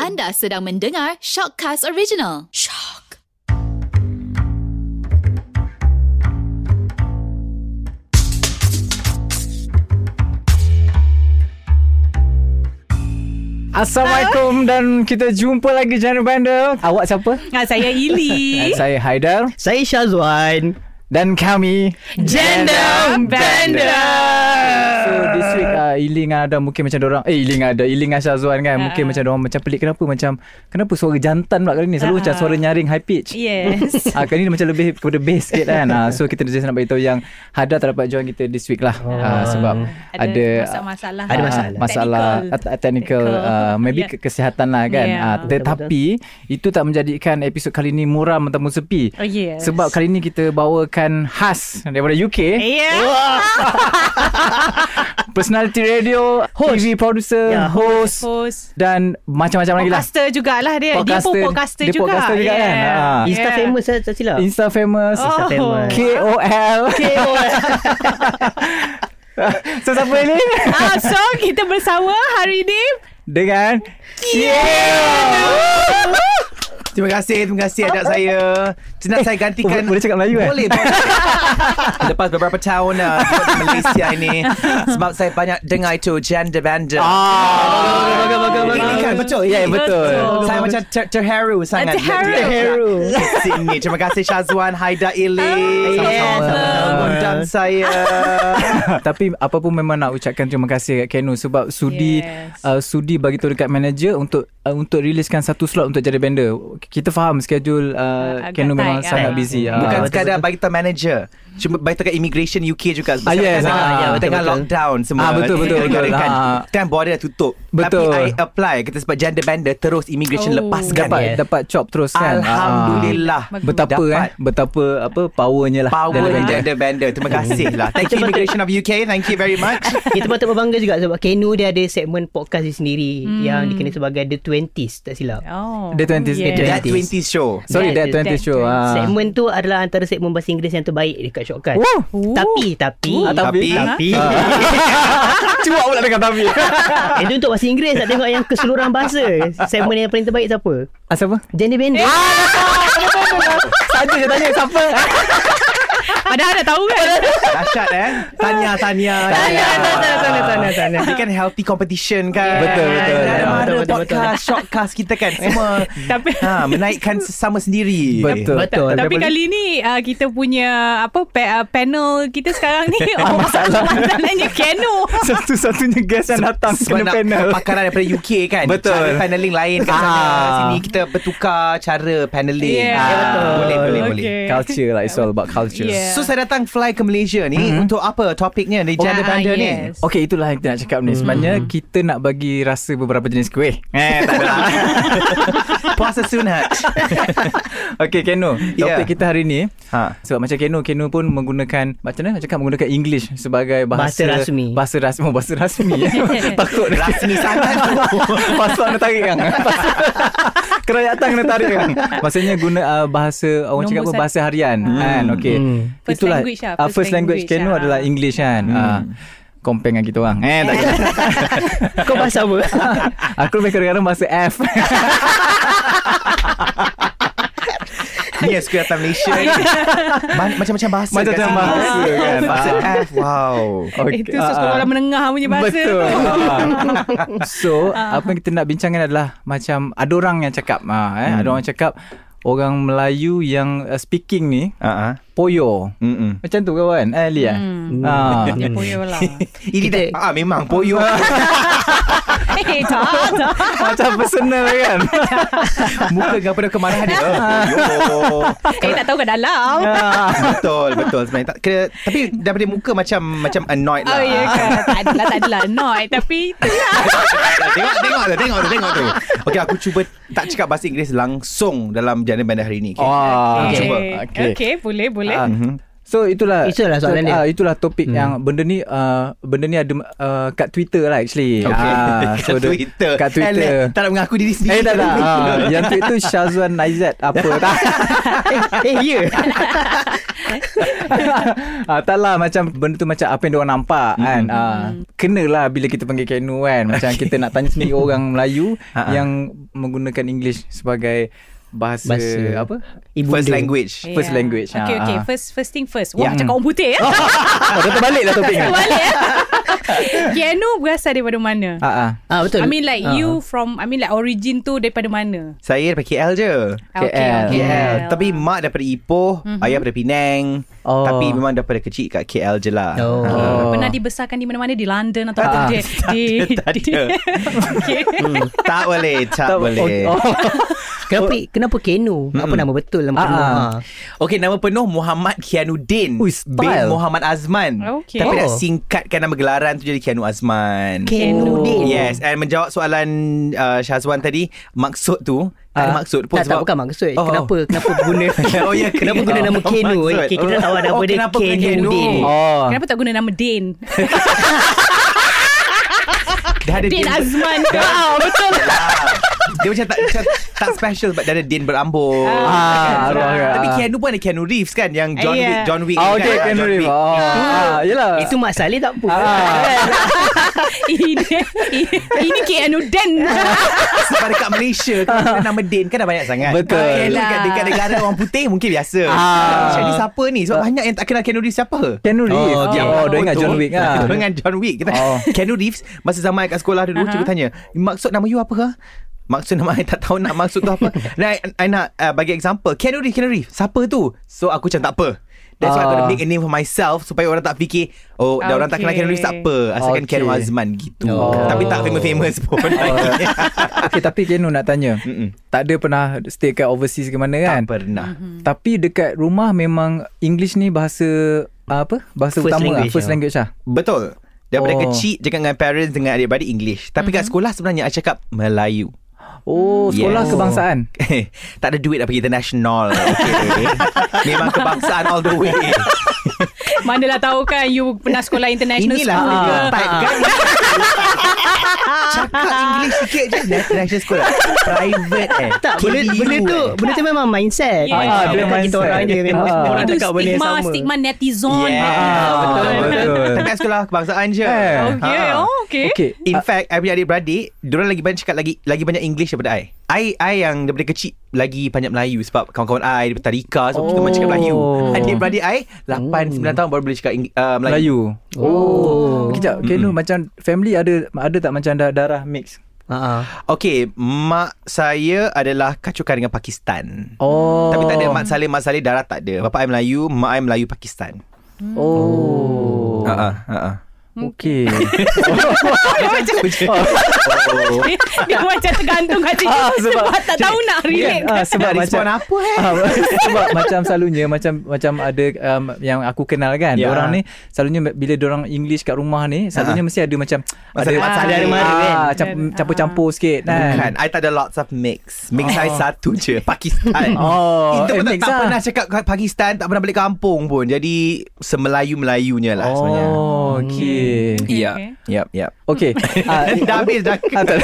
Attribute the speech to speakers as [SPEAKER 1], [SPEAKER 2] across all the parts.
[SPEAKER 1] Anda sedang mendengar Shockcast Original. Shock.
[SPEAKER 2] Assalamualaikum dan kita jumpa lagi Channel Bandel. Awak siapa?
[SPEAKER 3] Ah, saya
[SPEAKER 2] Dan
[SPEAKER 3] Ili.
[SPEAKER 2] saya Haidar
[SPEAKER 4] Saya Syazwan
[SPEAKER 2] dan kami
[SPEAKER 3] Gender Bender.
[SPEAKER 2] So this week uh, Ili dengan Adam mungkin macam orang eh Ili dengan Adam, Ili dengan Syazwan kan mungkin
[SPEAKER 3] Ha.
[SPEAKER 2] macam orang macam pelik kenapa macam kenapa suara jantan pula kali ni selalu
[SPEAKER 3] Ha.
[SPEAKER 2] macam suara nyaring high pitch.
[SPEAKER 3] Yes.
[SPEAKER 2] Ah kali ni macam lebih kepada bass sikit kan. Ah so kita just nak beritahu yang Hada tak dapat join kita this week lah. Ah sebab ada,
[SPEAKER 3] masalah.
[SPEAKER 4] Ada
[SPEAKER 2] Ah,
[SPEAKER 4] masalah.
[SPEAKER 2] masalah technical, technical uh, maybe yeah.
[SPEAKER 3] Yeah.
[SPEAKER 2] kesihatan lah kan
[SPEAKER 3] Yeah.
[SPEAKER 2] yeah. uh, tetapi itu tak menjadikan episod kali ni muram ataupun sepi
[SPEAKER 3] Oh, yes.
[SPEAKER 2] sebab kali ni kita bawakan khas daripada UK
[SPEAKER 3] Yeah.
[SPEAKER 2] personality radio host. TV producer yeah,
[SPEAKER 4] Yeah,
[SPEAKER 2] host, host
[SPEAKER 3] Host.
[SPEAKER 2] dan macam-macam lagi lah
[SPEAKER 3] Podcaster jugalah dia. Dia pun
[SPEAKER 2] Podcaster.
[SPEAKER 3] podcaster
[SPEAKER 2] Dia
[SPEAKER 3] juga.
[SPEAKER 2] podcaster juga kan? Ah.
[SPEAKER 4] Insta yeah. famous saya tak silap
[SPEAKER 2] Insta famous
[SPEAKER 4] Insta
[SPEAKER 3] Oh.
[SPEAKER 4] famous
[SPEAKER 2] KOL So siapa ni?
[SPEAKER 3] Ah, so kita bersama hari ni.
[SPEAKER 2] Dengan Yeah,
[SPEAKER 5] Terima kasih, terima kasih anak saya. Senang saya gantikan.
[SPEAKER 2] Boleh, boleh cakap Melayu kan?
[SPEAKER 5] Boleh. boleh. Lepas beberapa tahun uh, di Malaysia ini sebab saya banyak dengar itu gender bender.
[SPEAKER 2] Ah,
[SPEAKER 4] Bagus, bagus, bagus,
[SPEAKER 5] Ini
[SPEAKER 4] bagus.
[SPEAKER 5] kan betul.
[SPEAKER 2] Ya yeah, betul
[SPEAKER 3] Betul.
[SPEAKER 5] Saya macam ter- terharu sangat.
[SPEAKER 3] Ah, Terharu.
[SPEAKER 4] Terharu.
[SPEAKER 5] Di sini. Terima kasih Syazwan, Haida
[SPEAKER 3] Ah,
[SPEAKER 5] Ili.
[SPEAKER 4] yes,
[SPEAKER 5] Sama-sama. Undang saya.
[SPEAKER 2] Ha, Tapi apa pun memang nak ucapkan terima kasih kat Kenu sebab sudi yes.
[SPEAKER 3] Yes.
[SPEAKER 2] uh, sudi bagi tahu dekat manager untuk uh, untuk riliskan satu slot untuk jadi bender. Kita faham schedule uh,
[SPEAKER 3] agak
[SPEAKER 2] Kenu memang
[SPEAKER 3] tight,
[SPEAKER 2] sangat
[SPEAKER 3] ah.
[SPEAKER 2] busy. Ah.
[SPEAKER 5] kan? Bukan
[SPEAKER 4] betul,
[SPEAKER 5] sekadar bagi tahu manager. Cuma bagi tahu kat immigration UK juga.
[SPEAKER 2] Ah, yes,
[SPEAKER 5] Tengah,
[SPEAKER 2] ah, ya,
[SPEAKER 4] betul,
[SPEAKER 5] tengah
[SPEAKER 4] betul.
[SPEAKER 5] lockdown semua.
[SPEAKER 2] Ah, betul, betul,
[SPEAKER 5] Negara
[SPEAKER 2] betul,
[SPEAKER 5] Kan,
[SPEAKER 2] ah.
[SPEAKER 5] kan border dah tutup.
[SPEAKER 2] Betul.
[SPEAKER 5] Tapi I apply. Kita sebab gender bender terus immigration
[SPEAKER 3] Oh.
[SPEAKER 5] lepaskan.
[SPEAKER 2] dapat
[SPEAKER 4] Yes.
[SPEAKER 2] dapat chop terus kan.
[SPEAKER 5] kan, Alhamdulillah.
[SPEAKER 2] Ah. betapa
[SPEAKER 5] Dapat.
[SPEAKER 2] eh betapa apa powernya lah
[SPEAKER 5] Power eh.
[SPEAKER 2] dalam
[SPEAKER 5] dan
[SPEAKER 2] bender.
[SPEAKER 5] gender bender. Terima kasih lah. Thank you Immigration of UK. Thank you very much.
[SPEAKER 4] Kita patut berbangga juga Sebab Kenu dia ada segmen podcast dia sendiri
[SPEAKER 3] Hmm.
[SPEAKER 4] Yang dikenali sebagai The Twenties Tak silap
[SPEAKER 3] Oh.
[SPEAKER 2] The 20s, eh,
[SPEAKER 3] yes.
[SPEAKER 5] That 20s show.
[SPEAKER 2] Sorry that
[SPEAKER 4] That-
[SPEAKER 2] 20
[SPEAKER 3] that-
[SPEAKER 2] show. ah.
[SPEAKER 4] Segmen tu adalah Antara segmen bahasa Inggeris yang terbaik Dekat Shortcut
[SPEAKER 2] Wow.
[SPEAKER 3] Ooh.
[SPEAKER 4] Tapi Tapi eh,
[SPEAKER 2] Ah, tapi
[SPEAKER 4] Tapi
[SPEAKER 5] Ah.
[SPEAKER 2] Cuak pula dengan Tavi
[SPEAKER 4] Itu untuk bahasa Inggeris Tak tengok yang keseluruhan bahasa Segmen yang paling terbaik siapa
[SPEAKER 2] Asal apa?
[SPEAKER 4] Jenny
[SPEAKER 3] Eh.
[SPEAKER 4] Bender
[SPEAKER 2] Saja je tanya siapa
[SPEAKER 3] Padahal dah tahu kan.
[SPEAKER 5] Dahsyat eh. Tanya, tanya.
[SPEAKER 3] Tanya, tanya, tanya,
[SPEAKER 5] tanya, tanya. Dia kan healthy competition kan.
[SPEAKER 2] Betul, betul,
[SPEAKER 5] Dan
[SPEAKER 2] betul,
[SPEAKER 5] Mana
[SPEAKER 4] betul, betul,
[SPEAKER 5] podcast, shortcast kita kan. Semua.
[SPEAKER 3] Tapi
[SPEAKER 5] ha, menaikkan sesama sendiri.
[SPEAKER 2] Ah, Betul
[SPEAKER 4] Betul.
[SPEAKER 3] Tapi kali ni uh, kita punya apa pe- uh, panel kita sekarang ni
[SPEAKER 2] Ah,
[SPEAKER 3] oh, masalah masalahnya Keno.
[SPEAKER 2] Satu-satunya guest yang datang Kena
[SPEAKER 5] Sebab nak
[SPEAKER 2] panel
[SPEAKER 5] Pakaran daripada UK kan
[SPEAKER 2] Betul.
[SPEAKER 5] Cara paneling lain kat sana
[SPEAKER 2] Ah.
[SPEAKER 5] Sini kita bertukar Cara paneling
[SPEAKER 3] Yeah.
[SPEAKER 5] Ah,
[SPEAKER 3] Ya,
[SPEAKER 4] betul.
[SPEAKER 5] Boleh boleh
[SPEAKER 3] Okay.
[SPEAKER 5] boleh
[SPEAKER 2] Culture lah It's all about culture
[SPEAKER 3] Yeah.
[SPEAKER 5] So saya datang fly ke Malaysia ni mm-hmm. Untuk apa topiknya ni Gender
[SPEAKER 3] Ah,
[SPEAKER 5] bender ni
[SPEAKER 3] yes.
[SPEAKER 2] Okay itulah yang kita nak cakap ni Sebenarnya kita nak bagi rasa beberapa jenis kuih
[SPEAKER 5] Eh tak ada Puasa sunat
[SPEAKER 2] Okay Keno Topik
[SPEAKER 5] Yeah.
[SPEAKER 2] kita hari ni
[SPEAKER 5] ha.
[SPEAKER 2] sebab macam Keno Keno pun menggunakan Macam mana nak cakap Menggunakan English Sebagai bahasa
[SPEAKER 4] Bahasa rasmi.
[SPEAKER 2] Bahasa rasmi oh, Bahasa rasmi Takut
[SPEAKER 5] Rasmi sangat
[SPEAKER 2] Password kena tarik kan Kerajaan kena tarik kan Maksudnya guna uh, bahasa Orang cakap apa
[SPEAKER 3] Nombor satu.
[SPEAKER 2] Bahasa harian kan Okay
[SPEAKER 4] Hmm.
[SPEAKER 3] First language lah,
[SPEAKER 2] ah, First, language, Keno
[SPEAKER 3] ah.
[SPEAKER 2] adalah English kan Ah, Compare dengan kita orang Eh tak
[SPEAKER 4] Kau bahasa apa
[SPEAKER 2] Aku lebih kadang-kadang bahasa F
[SPEAKER 5] Yes aku datang Malaysia ni. Ma- Macam-macam bahasa kat
[SPEAKER 2] Macam-macam
[SPEAKER 5] sini.
[SPEAKER 2] bahasa kan.
[SPEAKER 5] Bahasa F Wow
[SPEAKER 2] Okay. ah,
[SPEAKER 3] Itu sekolah menengah punya bahasa
[SPEAKER 2] Betul
[SPEAKER 3] tu. Ah.
[SPEAKER 2] Ah. So Apa yang kita nak bincangkan adalah Macam Ada orang yang cakap ah, eh,
[SPEAKER 3] Hmm.
[SPEAKER 2] Ada orang cakap Orang Melayu yang uh, speaking ni
[SPEAKER 5] uh-huh.
[SPEAKER 2] Poyo
[SPEAKER 5] Mm-mm.
[SPEAKER 2] Macam tu kawan Eh Lia hmm. ah.
[SPEAKER 3] Dia poyo lah.
[SPEAKER 5] Ini dah
[SPEAKER 4] Kita-
[SPEAKER 5] ah, Memang poyo
[SPEAKER 3] Eh, tak, tak.
[SPEAKER 2] Macam personal kan
[SPEAKER 5] Muka dengan penuh kemarahan dia
[SPEAKER 2] Ah.
[SPEAKER 5] Poyo
[SPEAKER 3] Eh, tak tahu kat dalam.
[SPEAKER 5] Betul Betul sebenarnya tak, kena, Tapi daripada muka macam Macam annoyed
[SPEAKER 3] Oh,
[SPEAKER 5] lah
[SPEAKER 3] ya ke? Tak adalah, tak adalah. No, eh, tapi itulah.
[SPEAKER 5] tengok, tengok tu, tengok tu, tengok tu. Okey, aku cuba tak cakap bahasa Inggeris langsung dalam jana bandar hari ni.
[SPEAKER 2] Oh.
[SPEAKER 5] Okay?
[SPEAKER 2] Wah
[SPEAKER 5] Okay. Ah, cuba.
[SPEAKER 2] Okay.
[SPEAKER 3] Okay. okay, boleh, boleh.
[SPEAKER 2] Ah.
[SPEAKER 5] Mhm.
[SPEAKER 2] So itulah
[SPEAKER 4] Itulah soalan dia.
[SPEAKER 2] ah, Itulah topik hmm. yang Benda ni uh, Benda ni ada uh, Kat Twitter lah actually
[SPEAKER 5] Okay.
[SPEAKER 2] Ah,
[SPEAKER 5] kat
[SPEAKER 2] the-
[SPEAKER 5] Twitter.
[SPEAKER 2] Kat Twitter
[SPEAKER 5] Eh, tak nak mengaku diri
[SPEAKER 2] Eh
[SPEAKER 5] sendiri.
[SPEAKER 2] tak tak ah, Yang tweet tu Syazwan Naizat Apa tak
[SPEAKER 4] Eh, eh ya
[SPEAKER 2] ah, tak lah macam benda tu macam apa yang diorang nampak
[SPEAKER 5] Hmm.
[SPEAKER 2] mm-hmm. kan. Ah, kenalah bila kita panggil kenu kan. Macam okay. kita nak tanya sendiri orang Melayu
[SPEAKER 5] Ha-ha.
[SPEAKER 2] yang menggunakan English sebagai bahasa,
[SPEAKER 4] Bahasa.
[SPEAKER 2] apa?
[SPEAKER 4] Ibu
[SPEAKER 5] First language.
[SPEAKER 2] First language,
[SPEAKER 3] Okay,
[SPEAKER 2] ah,
[SPEAKER 3] okay.
[SPEAKER 2] ah.
[SPEAKER 3] Ya. First first thing first. Wah,
[SPEAKER 2] Yeah.
[SPEAKER 3] macam orang putih ya.
[SPEAKER 2] Oh, dah terbalik lah topik ni.
[SPEAKER 3] Balik ya. Keanu berasal daripada mana?
[SPEAKER 2] Ah, ah.
[SPEAKER 4] Ah betul.
[SPEAKER 3] I mean like you from I mean like origin tu daripada mana? Ah,
[SPEAKER 5] Saya daripada KL je.
[SPEAKER 3] Okay,
[SPEAKER 2] KL.
[SPEAKER 3] okay.
[SPEAKER 5] KL. Tapi mak daripada Ipoh,
[SPEAKER 3] Mhm.
[SPEAKER 5] mm-hmm. ayah daripada Penang.
[SPEAKER 2] Oh.
[SPEAKER 5] Oh. Tapi memang daripada kecil kat KL je lah.
[SPEAKER 4] Oh.
[SPEAKER 2] Oh.
[SPEAKER 3] Pernah dibesarkan di mana-mana di London atau
[SPEAKER 2] Ah,
[SPEAKER 3] apa di di
[SPEAKER 5] tak
[SPEAKER 3] di-
[SPEAKER 5] ada.
[SPEAKER 3] Okay.
[SPEAKER 5] Hmm, tak boleh, tak,
[SPEAKER 2] Tak-
[SPEAKER 5] boleh.
[SPEAKER 2] oh, oh.
[SPEAKER 4] Kenapa kenapa Kenu? Apa nama betul nama
[SPEAKER 2] Ah,
[SPEAKER 4] penuh?
[SPEAKER 2] ah.
[SPEAKER 4] Ha.
[SPEAKER 5] Okay, nama penuh Muhammad Kianuddin
[SPEAKER 2] Ui, style.
[SPEAKER 5] bin Muhammad Azman.
[SPEAKER 3] Okay.
[SPEAKER 5] Tapi
[SPEAKER 4] Oh.
[SPEAKER 5] nak singkatkan nama gelaran tu jadi Kianu Azman. Oh.
[SPEAKER 4] Kianuddin.
[SPEAKER 5] Yes, and menjawab soalan uh, Syazwan tadi, maksud tu, tak ada
[SPEAKER 2] Ah.
[SPEAKER 5] maksud pun
[SPEAKER 4] Tak, tak
[SPEAKER 5] sebab
[SPEAKER 4] bukan maksud.
[SPEAKER 5] Oh, oh.
[SPEAKER 4] Kenapa kenapa guna
[SPEAKER 5] Oh, ya,
[SPEAKER 4] kenapa
[SPEAKER 5] ke?
[SPEAKER 4] guna nama
[SPEAKER 5] Oh,
[SPEAKER 4] Kenu?
[SPEAKER 5] maksud.
[SPEAKER 4] Okay, kita dah tahu ada
[SPEAKER 5] Oh,
[SPEAKER 4] apa dia
[SPEAKER 5] kenapa kena
[SPEAKER 4] Kenuddin.
[SPEAKER 5] Kenu?
[SPEAKER 2] Oh.
[SPEAKER 3] Kenapa tak guna nama Din?
[SPEAKER 5] Dah ada
[SPEAKER 3] Din
[SPEAKER 5] Din.
[SPEAKER 3] Azman.
[SPEAKER 5] Wow, betul. dia macam tak macam tak special sebab dia ada Din berambut.
[SPEAKER 2] Ah, arwah ke,
[SPEAKER 5] Tapi
[SPEAKER 2] ah.
[SPEAKER 5] Keanu pun ada Keanu Reeves kan yang John
[SPEAKER 3] Ah,
[SPEAKER 5] Wick,
[SPEAKER 3] yeah.
[SPEAKER 5] John Wick.
[SPEAKER 2] Ah,
[SPEAKER 5] ni
[SPEAKER 2] okay,
[SPEAKER 5] kan?
[SPEAKER 2] Keanu
[SPEAKER 5] John
[SPEAKER 2] Reeves.
[SPEAKER 5] Wick.
[SPEAKER 2] Oh, ah, yelah.
[SPEAKER 4] Itu Mak Saleh tak apa.
[SPEAKER 2] Ah.
[SPEAKER 3] ini ini Keanu Din.
[SPEAKER 5] Sebab dekat Malaysia kan ada nama Din kan dah banyak sangat.
[SPEAKER 2] Betul.
[SPEAKER 5] Keanu
[SPEAKER 3] Yelah.
[SPEAKER 5] dekat, dekat negara orang putih mungkin biasa.
[SPEAKER 2] Ah.
[SPEAKER 5] Macam ni siapa ni? Sebab banyak yang tak kenal Keanu Reeves siapa.
[SPEAKER 2] Keanu Reeves.
[SPEAKER 5] dia
[SPEAKER 2] Oh, dia
[SPEAKER 5] betul.
[SPEAKER 2] ingat John Wick lah.
[SPEAKER 5] Dia ingat John Wick. Kita,
[SPEAKER 2] Oh.
[SPEAKER 5] Keanu Reeves masa zaman kat sekolah dulu uh-huh. cikgu tanya, "Maksud nama you apa?" Ha? Maksud nama I tak tahu nak maksud tu apa. Dan I, I nak uh, bagi example. Keanu Reeves, Keanu Reeves. Siapa tu? So aku macam tak apa. That's why I gotta
[SPEAKER 2] Ah.
[SPEAKER 5] make a name for myself supaya orang tak fikir, oh, dah orang tak kenal Keanu Reeves tak apa. Asalkan
[SPEAKER 2] Okay.
[SPEAKER 5] Keanu Azman gitu.
[SPEAKER 2] Oh.
[SPEAKER 5] Tapi tak famous-famous pun.
[SPEAKER 2] okay, tapi Kenu nak tanya.
[SPEAKER 5] Mm-mm.
[SPEAKER 2] Tak ada pernah stay kat overseas ke mana kan?
[SPEAKER 5] Tak pernah.
[SPEAKER 2] Tapi dekat rumah memang English ni bahasa uh, apa? Bahasa
[SPEAKER 4] First
[SPEAKER 2] utama
[SPEAKER 4] language
[SPEAKER 2] ah, first
[SPEAKER 5] ya.
[SPEAKER 4] lah.
[SPEAKER 2] language lah.
[SPEAKER 5] Betul. Daripada
[SPEAKER 2] Oh.
[SPEAKER 5] oh. kecil cakap dengan parents dengan adik-adik English. Tapi mm-hmm. kat sekolah sebenarnya I cakap Melayu.
[SPEAKER 2] Oh, sekolah
[SPEAKER 5] Yes.
[SPEAKER 2] kebangsaan.
[SPEAKER 5] tak ada duit nak pergi international. Okay. Memang kebangsaan all the way.
[SPEAKER 3] Manalah tahu kan you pernah sekolah international
[SPEAKER 5] Inilah
[SPEAKER 3] school
[SPEAKER 5] ah,
[SPEAKER 3] ke?
[SPEAKER 5] type kan. Cakap English sikit je International sekolah lah. Private eh
[SPEAKER 4] Tak, benda,
[SPEAKER 5] KU,
[SPEAKER 4] benda tu
[SPEAKER 5] eh.
[SPEAKER 4] benda tu memang mindset.
[SPEAKER 3] Yeah.
[SPEAKER 4] Ah,
[SPEAKER 2] Dia
[SPEAKER 4] bukan kita
[SPEAKER 2] mindset.
[SPEAKER 4] orang je memang
[SPEAKER 2] Ah.
[SPEAKER 4] semua orang
[SPEAKER 3] Itu
[SPEAKER 4] cakap benda yang
[SPEAKER 3] stigma
[SPEAKER 4] sama.
[SPEAKER 3] stigma netizen.
[SPEAKER 5] Yeah
[SPEAKER 2] Ah,
[SPEAKER 5] betul,
[SPEAKER 2] betul,
[SPEAKER 5] betul.
[SPEAKER 2] betul.
[SPEAKER 5] Tapi kat sekolah kebangsaan je
[SPEAKER 2] Eh.
[SPEAKER 3] Okay,
[SPEAKER 5] Ha.
[SPEAKER 3] oh, okay.
[SPEAKER 2] Okay.
[SPEAKER 5] In fact I punya adik-beradik Diorang lagi banyak cakap Lagi lagi banyak English daripada I I, I yang daripada kecil Lagi banyak Melayu Sebab kawan-kawan I Daripada Tarika Sebab oh. kita memang cakap Melayu
[SPEAKER 2] Oh. Hmm.
[SPEAKER 5] Adik-beradik I 8-9 tahun baru boleh cakap Ing- uh, Melayu Hmm.
[SPEAKER 2] Melayu. Oh. Kejap, Kenu macam family ada ada tak macam ada darah mix?
[SPEAKER 4] Ha, ah.
[SPEAKER 5] Okay Mak saya adalah Kacukan dengan Pakistan
[SPEAKER 2] Oh.
[SPEAKER 5] Tapi tak ada Mak Saleh Mak Saleh darah tak ada Bapa I Melayu Mak I Melayu Pakistan
[SPEAKER 2] Oh.
[SPEAKER 5] uh-uh, uh-uh.
[SPEAKER 2] Okay.
[SPEAKER 5] Oh.
[SPEAKER 3] Dia, dia macam tergantung kat situ
[SPEAKER 2] Ah, sebab-
[SPEAKER 3] sebab, tak tahu nak relate.
[SPEAKER 2] Ah, sebab
[SPEAKER 5] Respon
[SPEAKER 2] macam
[SPEAKER 5] apa eh
[SPEAKER 2] Ah, sebab macam selalunya macam macam ada um, yang aku kenal kan
[SPEAKER 5] Ya. Ah.
[SPEAKER 2] yeah. orang ni selalunya bila orang English kat rumah ni selalunya mesti ada macam
[SPEAKER 5] Masa
[SPEAKER 2] ada
[SPEAKER 5] Mat
[SPEAKER 2] macam
[SPEAKER 5] Salleh ada
[SPEAKER 2] ah,
[SPEAKER 5] mara
[SPEAKER 4] kan?
[SPEAKER 2] camp- campur-campur sikit
[SPEAKER 5] Bukan
[SPEAKER 2] kan
[SPEAKER 5] I tak ada lots of mix Mix saya satu je Pakistan
[SPEAKER 2] Oh,
[SPEAKER 5] Kita pun
[SPEAKER 2] eh,
[SPEAKER 5] tak,
[SPEAKER 2] mix
[SPEAKER 5] tak
[SPEAKER 2] lah.
[SPEAKER 5] pernah cakap kat Pakistan Tak pernah balik kampung pun Jadi Semelayu-melayunya lah sebenarnya
[SPEAKER 2] Oh, okay.
[SPEAKER 5] Yep,
[SPEAKER 3] Okay.
[SPEAKER 5] yep, yep.
[SPEAKER 2] Okay. Ah,
[SPEAKER 5] Dah habis dah
[SPEAKER 2] ah, tak-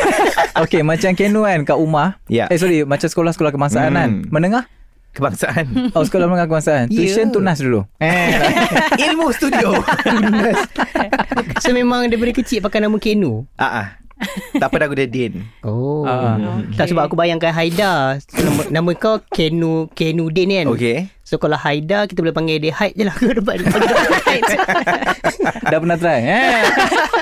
[SPEAKER 2] okay, macam Kenu kan kat rumah.
[SPEAKER 5] Ya.
[SPEAKER 2] Eh, sorry. Macam sekolah-sekolah kebangsaan
[SPEAKER 5] Hmm.
[SPEAKER 2] kan. Menengah?
[SPEAKER 5] Kebangsaan
[SPEAKER 2] Oh, sekolah menengah kebangsaan.
[SPEAKER 5] Ya. Eh.
[SPEAKER 2] Tuition tunas dulu.
[SPEAKER 5] Ilmu studio
[SPEAKER 4] So memang daripada kecil pakai nama Kenu.
[SPEAKER 5] Ah, ah. Tak pernah guna Din
[SPEAKER 4] Oh.
[SPEAKER 2] Ah.
[SPEAKER 4] Tak sebab aku bayangkan Haida. Nama, nama kau Kenu Kenudin kan.
[SPEAKER 5] Okay
[SPEAKER 4] So kalau Haida kita boleh panggil dia Haid je lah Kau dapat dia panggil dia Haid.
[SPEAKER 2] Dah pernah try? Eh.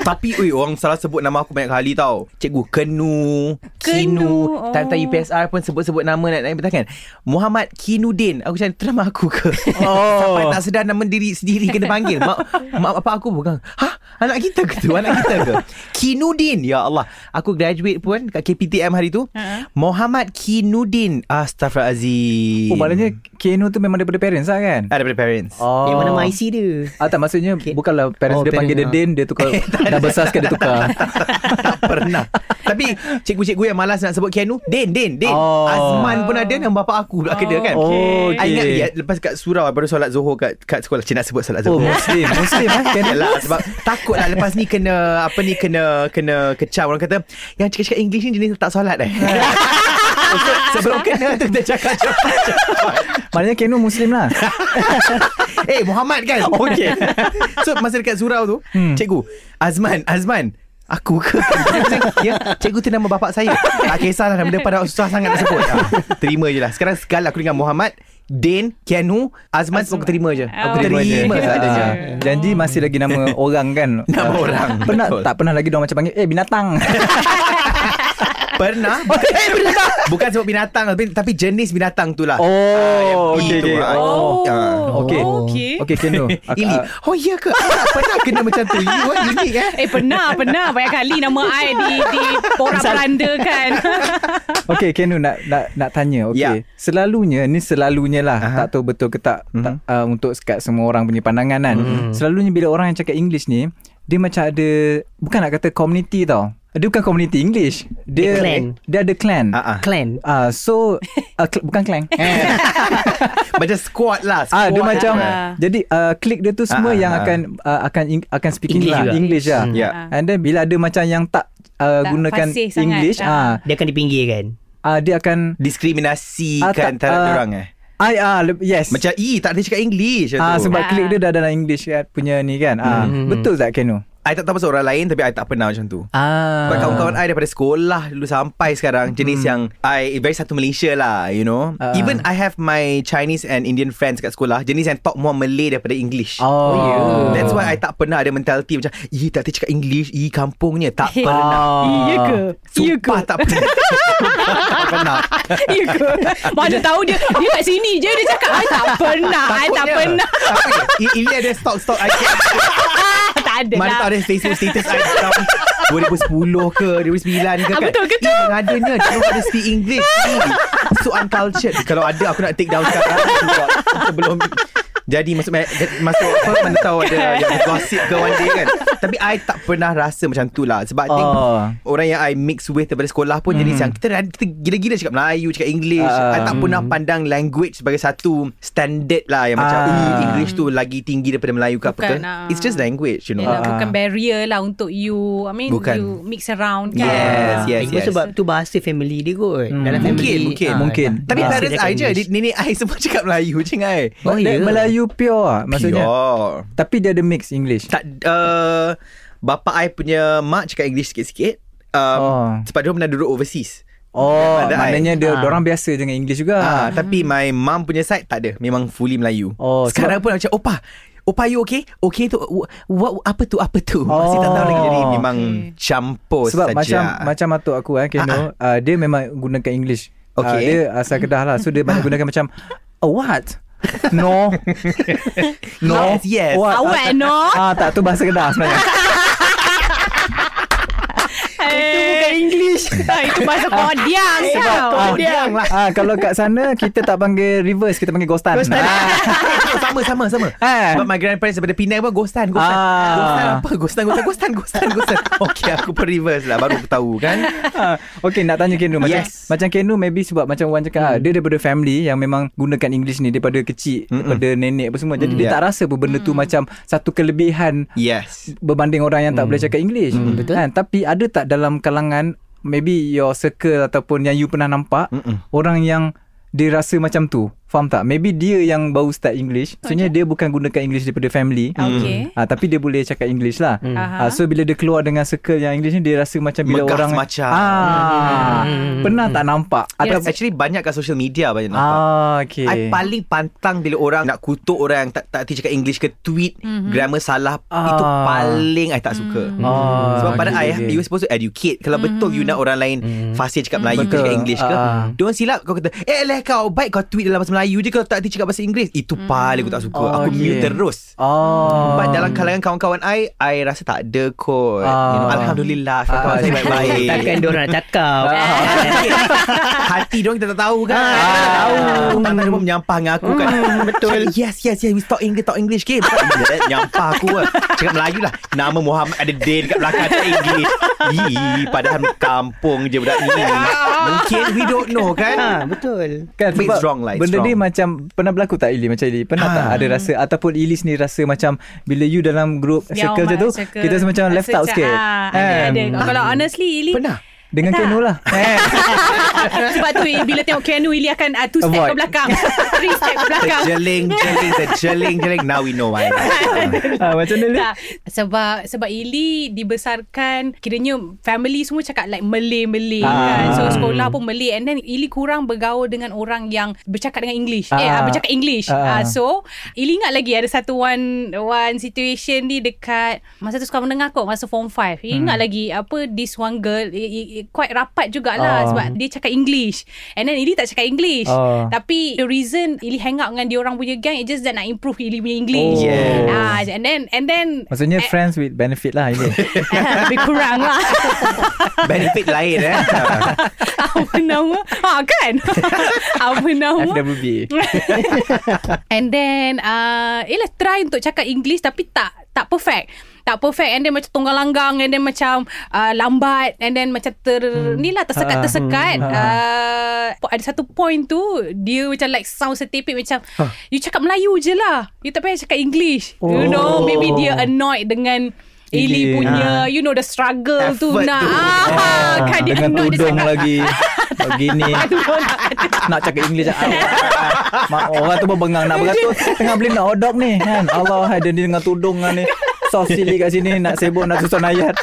[SPEAKER 5] Tapi ui, orang salah sebut nama aku banyak kali tau Cikgu Kenu
[SPEAKER 3] Kenu,
[SPEAKER 5] Kinu
[SPEAKER 3] oh.
[SPEAKER 5] Time-time UPSR pun sebut-sebut nama nak naik bertangan Muhammad Kinudin Aku macam itu nama aku ke oh. Sampai tak sedar nama diri sendiri kena panggil Mak, mak apa aku bukan Hah? Anak kita ke tu? Anak kita ke? Kinudin Ya Allah Aku graduate pun kat KPTM hari tu
[SPEAKER 3] Ha.
[SPEAKER 5] Muhammad Kinudin Astaghfirullahalazim
[SPEAKER 2] Oh, maknanya Kenu tu memang daripada parents lah kan?
[SPEAKER 5] Ah, daripada parents
[SPEAKER 2] Oh.
[SPEAKER 4] Yang mana nama IC dia.
[SPEAKER 2] Ah tak maksudnya okay. bukanlah parents
[SPEAKER 4] Oh,
[SPEAKER 2] dia panggil dia
[SPEAKER 4] parents,
[SPEAKER 2] Din dia tukar dah besar sekali dia tukar.
[SPEAKER 5] Eh, tak pernah Tapi cikgu-cikgu yang malas nak sebut Keanu Din, Din, Din
[SPEAKER 2] Oh.
[SPEAKER 5] oh. Azman pun ada yang bapa aku pula kena kan
[SPEAKER 2] Oh,
[SPEAKER 5] I ingat
[SPEAKER 2] okay.
[SPEAKER 5] ya, lepas kat surau baru solat Zuhur kat, kat sekolah Cik nak sebut solat
[SPEAKER 2] Oh
[SPEAKER 5] Zuhur
[SPEAKER 2] muslim muslim eh kan.
[SPEAKER 5] Yalah sebab takut lah lepas ni kena apa ni kena kena kecam orang kata yang cakap-cakap English ni jenis tak solat eh. Sebelum kena tu kita cakap cepat.
[SPEAKER 2] Maknanya Kenu muslim lah.
[SPEAKER 5] Eh Muhammad kan
[SPEAKER 2] Okey.
[SPEAKER 5] So masa dekat surau tu
[SPEAKER 2] Hmm.
[SPEAKER 5] hmm. Cikgu Azman Azman Aku ke Macam, Ya Cikgu tu nama bapak saya Tak kisahlah Nama dia pada susah sangat nak sebut ha, Terima je lah Sekarang sekali aku dengan Muhammad Din Kianu Azman, Azman. Aku terima je Aku
[SPEAKER 3] Oh.
[SPEAKER 5] terima,
[SPEAKER 3] Terima
[SPEAKER 5] terima
[SPEAKER 3] je.
[SPEAKER 5] seadanya
[SPEAKER 2] Ah, Janji masih lagi nama orang kan Ah,
[SPEAKER 5] Nama orang,
[SPEAKER 2] Pernah
[SPEAKER 5] betul.
[SPEAKER 2] Tak pernah lagi Diorang macam panggil Eh binatang
[SPEAKER 5] Pernah Eh binatang Bukan sebut binatang tapi, tapi jenis binatang tu lah
[SPEAKER 2] Oh
[SPEAKER 5] okay, okay.
[SPEAKER 2] Oh
[SPEAKER 3] Oh,
[SPEAKER 5] Ah,
[SPEAKER 2] okay.
[SPEAKER 3] okay.
[SPEAKER 2] Okay Keno Ak-
[SPEAKER 5] Ili Oh iya ke Ah, Pernah kena macam tu You what unique eh
[SPEAKER 3] Eh pernah, pernah banyak kali nama I di di kan. porak-perandakan.
[SPEAKER 2] Okay Kenu nak nak nak tanya. Okay. Yeah.
[SPEAKER 5] Ya.
[SPEAKER 2] Selalunya ni selalunya lah
[SPEAKER 5] Aha.
[SPEAKER 2] tak tahu betul ke tak, mm-hmm. tak uh, untuk sekat semua orang punya pandangan kan. Mm-hmm. Selalunya bila orang yang cakap English ni dia macam ada bukan nak kata community tau. Dia bukan community English. Dia
[SPEAKER 4] Dia clan.
[SPEAKER 2] dia ada clan. Ah
[SPEAKER 5] Ah, ah.
[SPEAKER 4] Clan
[SPEAKER 2] uh, so uh, cl- bukan clan.
[SPEAKER 5] Macam squad lah
[SPEAKER 2] Ah dia
[SPEAKER 5] squad
[SPEAKER 2] macam
[SPEAKER 5] lah.
[SPEAKER 2] jadi uh, klik dia tu semua
[SPEAKER 5] Ah, ah,
[SPEAKER 2] yang
[SPEAKER 5] ah.
[SPEAKER 2] akan uh, akan ing- akan speaking
[SPEAKER 4] English
[SPEAKER 2] lah
[SPEAKER 4] juga.
[SPEAKER 2] English lah.
[SPEAKER 5] Ya.
[SPEAKER 2] And then bila ada macam yang tak uh,
[SPEAKER 3] Tak
[SPEAKER 2] gunakan
[SPEAKER 3] fasih sangat.
[SPEAKER 2] English ah
[SPEAKER 3] Ah.
[SPEAKER 4] Dia akan dipinggirkan
[SPEAKER 2] uh, dia akan
[SPEAKER 5] Diskriminasi
[SPEAKER 2] Ah, tak,
[SPEAKER 5] kan antara
[SPEAKER 2] ah.
[SPEAKER 5] orang eh
[SPEAKER 2] I ah uh, yes.
[SPEAKER 5] Macam E tak ada cakap English macam
[SPEAKER 2] Ah
[SPEAKER 5] tu.
[SPEAKER 2] sebab
[SPEAKER 3] Ah.
[SPEAKER 2] klik dia dah dalam English kan punya ni kan. Ah
[SPEAKER 4] Hmm.
[SPEAKER 2] betul tak Keno?
[SPEAKER 5] I tak tahu pasal orang lain Tapi I tak pernah macam tu
[SPEAKER 2] Ah. Hmm.
[SPEAKER 5] Sebab kawan-kawan I daripada sekolah dulu sampai sekarang Jenis yang I very satu Malaysia lah You know
[SPEAKER 2] Ah.
[SPEAKER 5] Even I have my Chinese and Indian friends kat sekolah Jenis yang talk more Malay daripada English
[SPEAKER 2] Oh.
[SPEAKER 5] Oh. That's why I tak pernah ada mentality macam Ih tak tahu cakap English Ih kampung ni Tak pernah
[SPEAKER 2] Ah.
[SPEAKER 3] Iya ke? Iya ke?
[SPEAKER 5] Sumpah tak pernah Tak pernah
[SPEAKER 3] Iya ke? Mana tahu dia dia kat sini je dia cakap I tak pernah, I tak
[SPEAKER 5] Takutnya.
[SPEAKER 3] pernah.
[SPEAKER 5] Takutnya. I- Ili ada stok-stok I
[SPEAKER 3] tak ada
[SPEAKER 5] Mana
[SPEAKER 3] lah.
[SPEAKER 5] tahu ada Facebook status I dalam 2010 ke 2009 ke
[SPEAKER 3] Ah,
[SPEAKER 5] kan
[SPEAKER 3] betul ke tu?
[SPEAKER 5] Eh, adanya Dia orang ada speak English Eh, So uncultured Kalau ada aku nak take down sekarang Sebab Sebelum jadi masuk masuk apa mana tahu ada yang gossip ke one day kan tapi I tak pernah rasa macam tu lah sebab I think
[SPEAKER 2] Oh. Hmm.
[SPEAKER 5] orang yang I mix with daripada sekolah pun jenis yang kita, kita gila-gila cakap Melayu cakap English
[SPEAKER 2] Ah.
[SPEAKER 5] I tak pernah pandang language sebagai satu standard lah yang macam
[SPEAKER 2] Ah.
[SPEAKER 5] "Eh, English tu lagi tinggi daripada Melayu ke apa
[SPEAKER 3] Bukan,
[SPEAKER 5] ke
[SPEAKER 3] ah.
[SPEAKER 5] it's just language you know
[SPEAKER 3] Yelah,
[SPEAKER 2] Ah.
[SPEAKER 3] bukan barrier lah untuk you. I mean,
[SPEAKER 5] Bukan.
[SPEAKER 3] you mix around kan.
[SPEAKER 5] Yes,
[SPEAKER 2] Ah.
[SPEAKER 5] yes,
[SPEAKER 4] Lagi pun
[SPEAKER 5] yes.
[SPEAKER 4] Sebab tu bahasa family dia kot
[SPEAKER 2] Hmm.
[SPEAKER 4] Dalam
[SPEAKER 5] Mungkin,
[SPEAKER 4] family
[SPEAKER 5] mungkin,
[SPEAKER 4] ah,
[SPEAKER 2] mungkin.
[SPEAKER 5] Tapi
[SPEAKER 4] bahasa
[SPEAKER 5] parents
[SPEAKER 4] cakap
[SPEAKER 5] I je,
[SPEAKER 4] English.
[SPEAKER 5] di- nenek I semua cakap Melayu je kan I.
[SPEAKER 4] Oh,
[SPEAKER 2] Dia
[SPEAKER 4] ya.
[SPEAKER 2] Melayu pure ah maksudnya.
[SPEAKER 5] Pure.
[SPEAKER 2] Tapi dia ada mix English.
[SPEAKER 5] Tak, uh, bapa I punya mak cakap English sikit-sikit. Um,
[SPEAKER 2] Oh.
[SPEAKER 5] Sebab dia pernah duduk overseas.
[SPEAKER 2] Oh,
[SPEAKER 5] Ada eh?
[SPEAKER 2] maknanya dia
[SPEAKER 4] I.
[SPEAKER 2] orang biasa dengan English juga.
[SPEAKER 5] Ah, tapi my mum punya side tak ada. Memang fully Melayu.
[SPEAKER 2] Oh,
[SPEAKER 5] Sekarang pun macam opa. Opa you okay? Okay tu wh- what, apa tu apa tu? Masih tak tahu lagi jadi
[SPEAKER 2] Oh,
[SPEAKER 5] memang
[SPEAKER 3] okay.
[SPEAKER 5] campur
[SPEAKER 2] Sebab
[SPEAKER 5] saja. Ah,
[SPEAKER 2] macam macam atuk aku eh Keno, uh, dia memang gunakan English. Uh,
[SPEAKER 5] Okay.
[SPEAKER 2] dia asal Kedah lah. So dia banyak gunakan macam oh, what? No.
[SPEAKER 5] no. Yes, yes.
[SPEAKER 2] What?
[SPEAKER 3] Awak no.
[SPEAKER 2] Ah tak tu bahasa Kedah sebenarnya.
[SPEAKER 3] Itu bukan English. Eh. Itu bahasa kodiang. tau.
[SPEAKER 2] Ah, Ah, kalau kat sana kita tak panggil reverse, kita panggil ghostan.
[SPEAKER 4] Ghostan.
[SPEAKER 2] Ah.
[SPEAKER 5] sama sama sama.
[SPEAKER 2] Ah.
[SPEAKER 5] Sebab my grandparents daripada Penang pun ghostan, ghostan.
[SPEAKER 2] Ah.
[SPEAKER 5] Ghostan apa? Ghostan, ghostan, ghostan, ghostan, ghostan. Okey, aku pun reverse lah baru aku tahu kan.
[SPEAKER 2] Ah, okay nak tanya Kenu macam
[SPEAKER 5] Yes.
[SPEAKER 2] macam Kenu maybe sebab macam Wan cakap ah, dia daripada family yang memang gunakan English ni daripada kecil
[SPEAKER 5] Mm-mm.
[SPEAKER 2] daripada nenek apa semua jadi
[SPEAKER 5] Mm.
[SPEAKER 2] dia
[SPEAKER 5] Yeah.
[SPEAKER 2] tak rasa pun benda tu macam satu kelebihan
[SPEAKER 5] Yes.
[SPEAKER 2] berbanding orang yang
[SPEAKER 5] Hmm.
[SPEAKER 2] tak boleh cakap English betul kan tapi ada tak dalam kalangan maybe your circle ataupun yang you pernah nampak
[SPEAKER 5] Mm-mm.
[SPEAKER 2] orang yang dia rasa macam tu faham tak maybe dia yang baru start English sebenarnya dia bukan gunakan English daripada family
[SPEAKER 3] Oh, Okay.
[SPEAKER 2] Ah, tapi dia boleh cakap English lah. Mm. Ah,
[SPEAKER 3] Aha.
[SPEAKER 2] so bila dia keluar dengan circle yang English ni dia rasa macam bila
[SPEAKER 5] Hmm. Megah
[SPEAKER 2] orang
[SPEAKER 5] semacam. Hmm.
[SPEAKER 2] Ah, mm. pernah tak nampak
[SPEAKER 5] Ada
[SPEAKER 2] atau
[SPEAKER 5] actually banyak kat social media banyak nampak.
[SPEAKER 2] Ah, okay.
[SPEAKER 5] I paling pantang bila orang nak kutuk orang yang tak tak hati cakap English ke tweet mm-hmm. grammar salah
[SPEAKER 2] Ah.
[SPEAKER 5] itu paling I tak suka. Mm.
[SPEAKER 2] Ah,
[SPEAKER 5] Sebab pada
[SPEAKER 2] okay,
[SPEAKER 5] I
[SPEAKER 2] okay.
[SPEAKER 5] you supposed to educate. Kalau betul you nak orang lain fasih cakap Melayu
[SPEAKER 2] Hmm. Betul.
[SPEAKER 5] ke cakap English ke.
[SPEAKER 2] Ah.
[SPEAKER 5] Don't silap kau kata, "Eh leh kau baik kau tweet dalam bahasa Melayu je kalau tak hati cakap bahasa Inggris." Itu paling aku tak suka.
[SPEAKER 2] Oh,
[SPEAKER 5] aku mute
[SPEAKER 2] okay.
[SPEAKER 5] terus.
[SPEAKER 2] Ah.
[SPEAKER 5] But dalam kalangan kawan-kawan I I rasa tak ada kot you know,
[SPEAKER 2] Ah.
[SPEAKER 5] Alhamdulillah Kawan-kawan
[SPEAKER 2] Ah.
[SPEAKER 5] saya
[SPEAKER 4] Kan Takkan
[SPEAKER 5] baik-baik
[SPEAKER 4] diorang nak cakap
[SPEAKER 5] Hati diorang kita tak tahu kan
[SPEAKER 4] Ah,
[SPEAKER 5] Tak tahu
[SPEAKER 4] tahu.
[SPEAKER 5] Tak tahu menyampah dengan aku kan Betul Yes yes yes We talk English Talk English game Nyampah aku lah Cakap Melayu lah Nama Muhammad ada Din kat belakang Cakap English Yee Padahal kampung je budak ni Mungkin we don't know
[SPEAKER 4] Ah,
[SPEAKER 5] kan
[SPEAKER 4] betul
[SPEAKER 2] kan
[SPEAKER 5] But
[SPEAKER 2] sebab
[SPEAKER 5] it's wrong lah, it's
[SPEAKER 2] benda ni
[SPEAKER 5] wrong. Ah.
[SPEAKER 2] macam pernah berlaku tak Ili macam Ili pernah tak ada rasa ataupun Ili sendiri rasa macam bila you dalam group
[SPEAKER 3] Yang
[SPEAKER 2] circle je
[SPEAKER 3] orang
[SPEAKER 2] tu
[SPEAKER 3] circle
[SPEAKER 2] kita rasa macam left
[SPEAKER 3] rasa
[SPEAKER 2] out sikit Kan?
[SPEAKER 3] ah, Ada, ada. Kalau honestly Ili
[SPEAKER 5] Pernah
[SPEAKER 2] Dengan
[SPEAKER 3] Tak.
[SPEAKER 2] Keno lah eh.
[SPEAKER 3] Sebab tu eh, bila tengok Keanu Ili akan uh, two step
[SPEAKER 2] Avoid.
[SPEAKER 3] ke belakang Three step ke
[SPEAKER 5] The
[SPEAKER 3] belakang
[SPEAKER 5] jeling, jeling, the jeling, jeling. Now we know why.
[SPEAKER 2] ha, Macam mana
[SPEAKER 3] tak, sebab sebab Ili dibesarkan kiranya family semua cakap like Malay-Malay
[SPEAKER 2] Ah.
[SPEAKER 3] kan. So sekolah pun Malay and then Ili kurang bergaul dengan orang yang bercakap dengan English. Eh
[SPEAKER 2] Ah.
[SPEAKER 3] ah, bercakap English.
[SPEAKER 2] Ah.
[SPEAKER 3] Ah. so Ili ingat lagi ada satu one one situation ni dekat masa tu sekolah menengah kot masa form 5. Ili
[SPEAKER 2] Hmm.
[SPEAKER 3] ingat lagi apa this one girl i- i- i- quite rapat jugalah
[SPEAKER 2] Ah.
[SPEAKER 3] sebab dia cakap English. And then Ili tak cakap English.
[SPEAKER 2] Ah.
[SPEAKER 3] Tapi the reason Ili hang out dengan dia orang punya gang it's just that nak improve Ili punya English.
[SPEAKER 2] Oh. Yes.
[SPEAKER 3] Ah, Eh. and then and then
[SPEAKER 2] Maksudnya friends with benefit lah ini.
[SPEAKER 3] Lebih kurang lah
[SPEAKER 5] Benefit lain eh.
[SPEAKER 3] Apa nama Ha kan Apa nama
[SPEAKER 2] FWB.
[SPEAKER 3] And then uh, Yelah try untuk cakap English Tapi tak tak perfect tak perfect and then macam tunggang langgang and then macam uh, lambat and then macam ter hmm. ni lah
[SPEAKER 2] Ha,
[SPEAKER 3] tersekat
[SPEAKER 2] hmm,
[SPEAKER 3] tersekat uh, ada satu point tu dia macam like sound setipik macam you cakap Melayu je lah you tak payah cakap English oh. you know maybe dia annoyed dengan
[SPEAKER 2] Ili,
[SPEAKER 3] Ili punya you know the struggle tu
[SPEAKER 5] Effort
[SPEAKER 3] nak
[SPEAKER 5] tu.
[SPEAKER 3] ah, kan dia
[SPEAKER 2] Dengan
[SPEAKER 3] annoyed dia
[SPEAKER 2] tudung
[SPEAKER 3] lah. cakap,
[SPEAKER 2] lagi. Begini. nak cakap English ah, ah. Mak orang tu berbengang nak beratur tengah beli nak odop ni kan. Allah ada ni dengan tudung kan ni. Sos sili kat sini nak sibuk nak susun ayat.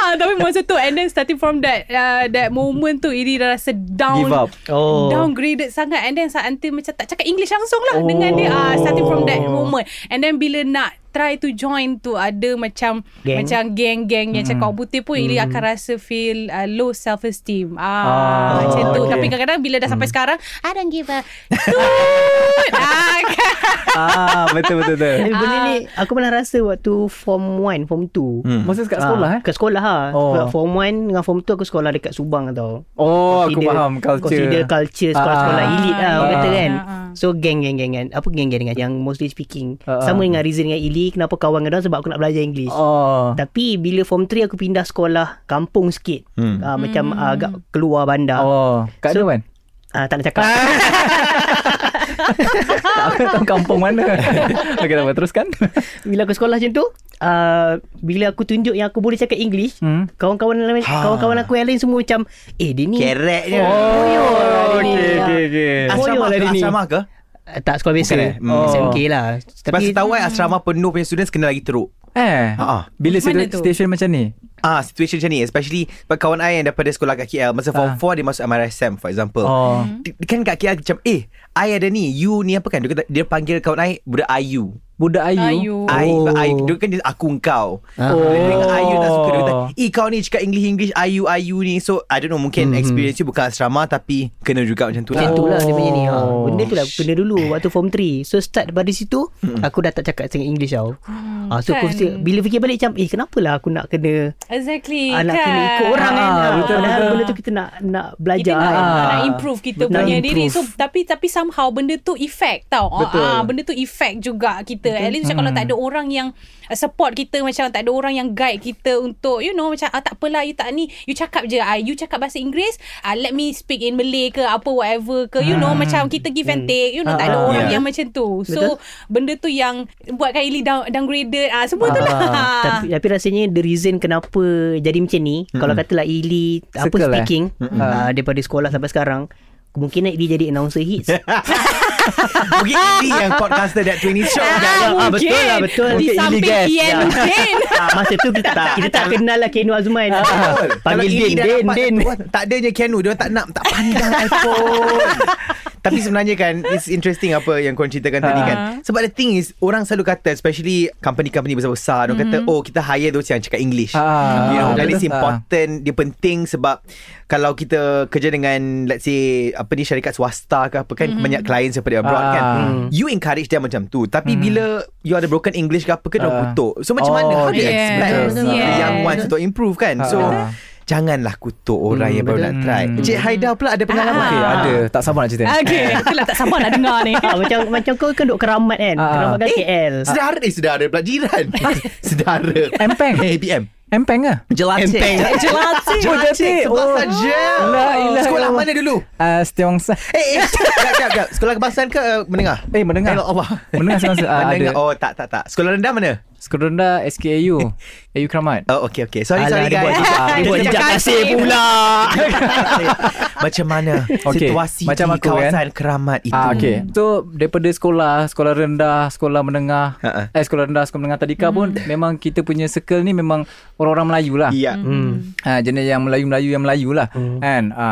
[SPEAKER 3] ah, tapi masa tu and then starting from that uh, that moment tu Iri dah rasa down
[SPEAKER 2] Give up.
[SPEAKER 5] Oh.
[SPEAKER 3] downgraded sangat and then saat until macam tak cakap English langsung lah oh. dengan dia ah, starting from that
[SPEAKER 2] Oh.
[SPEAKER 3] moment and then bila nak try to join tu ada macam
[SPEAKER 4] Gang.
[SPEAKER 3] gang. macam geng-geng yang
[SPEAKER 2] Hmm.
[SPEAKER 3] cakap orang putih pun Ili akan rasa feel uh, low self esteem
[SPEAKER 2] Ah,
[SPEAKER 3] ah, macam tu
[SPEAKER 2] okay. Hmm.
[SPEAKER 3] tapi kadang-kadang bila dah sampai sekarang I don't give a toot ah, kan?
[SPEAKER 2] Ah betul betul betul.
[SPEAKER 4] Tapi Eh, benda ni
[SPEAKER 3] Ah.
[SPEAKER 4] aku pernah rasa waktu form 1, form 2.
[SPEAKER 5] Hmm.
[SPEAKER 2] Masa kat sekolah eh.
[SPEAKER 4] Kat sekolah ha.
[SPEAKER 2] Oh.
[SPEAKER 4] Oh. Sebab form 1 dengan form 2 aku sekolah dekat Subang tau.
[SPEAKER 2] Oh aku
[SPEAKER 4] Consider-
[SPEAKER 2] faham
[SPEAKER 4] Consider
[SPEAKER 2] culture.
[SPEAKER 4] culture sekolah-sekolah
[SPEAKER 3] Ah.
[SPEAKER 4] elite lah orang
[SPEAKER 2] Ah.
[SPEAKER 4] kata kan.
[SPEAKER 3] Ah, ah.
[SPEAKER 4] So geng-geng-geng kan. Apa geng-geng dengan yang mostly speaking.
[SPEAKER 2] Ah, ah.
[SPEAKER 4] Sama dengan Rizal dengan Ili. Kenapa kawan dengan dia sebab aku nak belajar English.
[SPEAKER 2] Oh.
[SPEAKER 4] Tapi bila form 3 aku pindah sekolah kampung sikit.
[SPEAKER 5] Hmm.
[SPEAKER 4] Ah, macam ah, agak keluar bandar.
[SPEAKER 2] Oh, kat
[SPEAKER 4] So-
[SPEAKER 2] so, kan?
[SPEAKER 4] Ah, tak nak cakap.
[SPEAKER 2] Tak aku tahu kampung mana. Okey, tak apa, teruskan.
[SPEAKER 4] Bila aku sekolah macam tu, ah, bila aku tunjuk yang aku boleh cakap English,
[SPEAKER 2] Hmm.
[SPEAKER 4] kawan-kawan lain-
[SPEAKER 5] Ha.
[SPEAKER 4] kawan-kawan aku yang lain semua macam, "Eh, dia ni
[SPEAKER 5] Kerek je.
[SPEAKER 4] Oh,
[SPEAKER 2] okey, okey, okey.
[SPEAKER 4] Boyo
[SPEAKER 5] Asrama
[SPEAKER 4] lah
[SPEAKER 5] ke?
[SPEAKER 4] dia ni.
[SPEAKER 5] Asrama ke?
[SPEAKER 4] Ah, tak sekolah biasa."
[SPEAKER 5] Bukan, eh?
[SPEAKER 4] Hmm. SMK lah.
[SPEAKER 5] Sebab
[SPEAKER 4] Tapi-
[SPEAKER 5] setahu kan asrama penuh punya students kena lagi teruk.
[SPEAKER 2] Eh.
[SPEAKER 5] Ha.
[SPEAKER 2] Bila
[SPEAKER 3] Mana
[SPEAKER 2] situ-
[SPEAKER 3] tu?
[SPEAKER 2] stesen macam ni?
[SPEAKER 5] Ah, situation macam ni Especially Sebab kawan I yang daripada sekolah kat KL Masa
[SPEAKER 2] Ah.
[SPEAKER 5] form 4 dia masuk MRSM For example
[SPEAKER 2] Oh.
[SPEAKER 5] Di- Kan kat KL macam Eh, I ada ni You ni apa kan Dia, kata, dia panggil kawan I Budak Ayu
[SPEAKER 2] Budak Ayu.
[SPEAKER 3] Ayu.
[SPEAKER 5] I,
[SPEAKER 2] Oh.
[SPEAKER 5] I, dia kan dia aku kau
[SPEAKER 2] Oh.
[SPEAKER 5] Dia dengan Ayu tak suka Dia kata Eh kau ni cakap English-English Ayu-Ayu ni So I don't know Mungkin experience you bukan asrama Tapi kena juga macam tu
[SPEAKER 4] Macam
[SPEAKER 5] lah
[SPEAKER 4] tu lah dia punya ni ha.
[SPEAKER 2] Oh.
[SPEAKER 4] Benda tu lah aku kena dulu Waktu form 3 So start daripada situ
[SPEAKER 5] Hmm.
[SPEAKER 4] Aku dah tak cakap sangat English tau ha, So
[SPEAKER 3] kan.
[SPEAKER 4] aku mesti- bila fikir balik macam Eh kenapa lah aku nak kena
[SPEAKER 3] exactly
[SPEAKER 4] ah, Nak
[SPEAKER 3] kan
[SPEAKER 4] kena ikut orang
[SPEAKER 2] Ah,
[SPEAKER 4] kan
[SPEAKER 2] betul,
[SPEAKER 4] Padahal
[SPEAKER 2] betul.
[SPEAKER 4] benda tu kita nak nak
[SPEAKER 3] kita
[SPEAKER 4] belajar kan?
[SPEAKER 3] nak,
[SPEAKER 2] Ah.
[SPEAKER 3] nak improve kita
[SPEAKER 2] Betul.
[SPEAKER 3] punya
[SPEAKER 2] Nak
[SPEAKER 3] diri so
[SPEAKER 2] improve.
[SPEAKER 3] tapi tapi somehow benda tu effect tau
[SPEAKER 2] Betul.
[SPEAKER 3] ah ah, benda tu effect juga kita Betul. at least macam kalau tak ada orang yang uh, support kita macam tak ada orang yang guide kita untuk you know macam ah, tak apalah you tak ni you cakap je ah, you cakap bahasa Inggeris ah, let me speak in Malay ke apa whatever ke you know macam kita give and take you know tak
[SPEAKER 2] Ah,
[SPEAKER 3] ada
[SPEAKER 2] ah.
[SPEAKER 3] orang
[SPEAKER 5] Yeah.
[SPEAKER 3] yang macam tu so benda tu yang buatkan Ili down, downgraded ah semua tu
[SPEAKER 2] Ah,
[SPEAKER 3] lah
[SPEAKER 4] tapi, tapi rasanya the reason kenapa jadi macam ni mm-hmm. kalau katalah Ili apa
[SPEAKER 2] Circle, eh?
[SPEAKER 4] speaking mm-hmm. uh, daripada sekolah sampai sekarang kemungkinan Ili jadi announcer hits
[SPEAKER 5] Mungkin ini yang podcaster That 20 show
[SPEAKER 4] Ah,
[SPEAKER 3] mungkin.
[SPEAKER 4] betul lah, betul.
[SPEAKER 3] Di
[SPEAKER 4] Mungkin Ili
[SPEAKER 3] samping
[SPEAKER 4] guess.
[SPEAKER 3] Ian mungkin
[SPEAKER 4] Ah, masa tu kita tak, kita tak kenal lah Keno Azman
[SPEAKER 5] Betul.
[SPEAKER 4] panggil
[SPEAKER 5] Kalau
[SPEAKER 4] Din
[SPEAKER 5] Ili dah
[SPEAKER 4] Din
[SPEAKER 5] nampak
[SPEAKER 4] Din
[SPEAKER 5] tu kan, Tak adanya Keanu Dia orang tak nak Tak pandang iPhone Tapi sebenarnya kan It's interesting apa Yang korang ceritakan tadi kan Sebab the thing is Orang selalu kata Especially Company-company besar-besar Dia mm-hmm. kata Oh kita hire those yang cakap English
[SPEAKER 2] Ah,
[SPEAKER 5] You know
[SPEAKER 2] betul.
[SPEAKER 5] That is
[SPEAKER 2] Ah.
[SPEAKER 5] important Dia penting sebab Kalau kita kerja dengan Let's say Apa ni syarikat swasta ke apa kan mm-hmm. Banyak clients daripada abroad
[SPEAKER 2] Ah.
[SPEAKER 5] kan You encourage them macam tu Tapi bila You ada broken English ke apa ke Dia orang
[SPEAKER 2] Ah.
[SPEAKER 5] kutuk So macam
[SPEAKER 2] Oh,
[SPEAKER 5] mana How do you
[SPEAKER 3] yes,
[SPEAKER 5] expect
[SPEAKER 3] betul.
[SPEAKER 5] The young
[SPEAKER 3] Yes.
[SPEAKER 5] ones untuk improve kan
[SPEAKER 2] Ha,
[SPEAKER 5] So
[SPEAKER 2] ha.
[SPEAKER 5] Janganlah kutuk orang
[SPEAKER 4] Hmm,
[SPEAKER 5] yang baru
[SPEAKER 4] betul.
[SPEAKER 5] nak try
[SPEAKER 2] Hmm.
[SPEAKER 5] Cik Haida pula ada pengalaman Ah.
[SPEAKER 2] Okey,
[SPEAKER 5] ke?
[SPEAKER 2] ada. Tak sabar nak cerita.
[SPEAKER 3] Okay Itulah tak sabar nak dengar ni
[SPEAKER 4] Ah, macam macam kau kan duk keramat kan
[SPEAKER 2] Ah.
[SPEAKER 4] keramat kan KL
[SPEAKER 5] Sedara eh sedara pula jiran Sedara
[SPEAKER 2] Empeng.
[SPEAKER 5] APM
[SPEAKER 2] Empeng ah? ke?
[SPEAKER 5] Gelatik.
[SPEAKER 4] Enteng.
[SPEAKER 5] Gelatik. Gelatik. Sebelah
[SPEAKER 2] Oh.
[SPEAKER 5] saja.
[SPEAKER 2] La ilaha
[SPEAKER 5] Sekolah
[SPEAKER 2] illallah.
[SPEAKER 5] mana dulu?
[SPEAKER 2] Uh, Setiawangsa
[SPEAKER 5] Eh, eh. Sekejap, sekejap, sekejap. Sekolah kebangsaan ke uh, menengah?
[SPEAKER 2] Eh mendengar
[SPEAKER 5] Elok Allah.
[SPEAKER 2] Mendengar semasa uh, ada
[SPEAKER 5] Menengah. Oh, tak, tak, tak. Sekolah rendah mana?
[SPEAKER 2] Sekolah rendah SKAU AU Kramat
[SPEAKER 5] Oh, okay, okay. Sorry,
[SPEAKER 4] Alah,
[SPEAKER 5] sorry
[SPEAKER 4] dia buat
[SPEAKER 5] guys.
[SPEAKER 4] jejak- dia buat jejak kasih pula.
[SPEAKER 5] Macam mana
[SPEAKER 2] Okay,
[SPEAKER 5] situasi
[SPEAKER 2] macam
[SPEAKER 5] di
[SPEAKER 2] aku, kan?
[SPEAKER 5] kawasan keramat itu?
[SPEAKER 2] Ah okay. So daripada sekolah, sekolah rendah, sekolah menengah,
[SPEAKER 5] Ha-ha.
[SPEAKER 2] eh sekolah rendah, sekolah menengah tadika pun memang kita punya circle ni memang orang-orang Melayu lah.
[SPEAKER 5] Ya.
[SPEAKER 4] Hmm.
[SPEAKER 2] Ha, jenis yang Melayu-Melayu yang Melayu lah hmm. kan ha.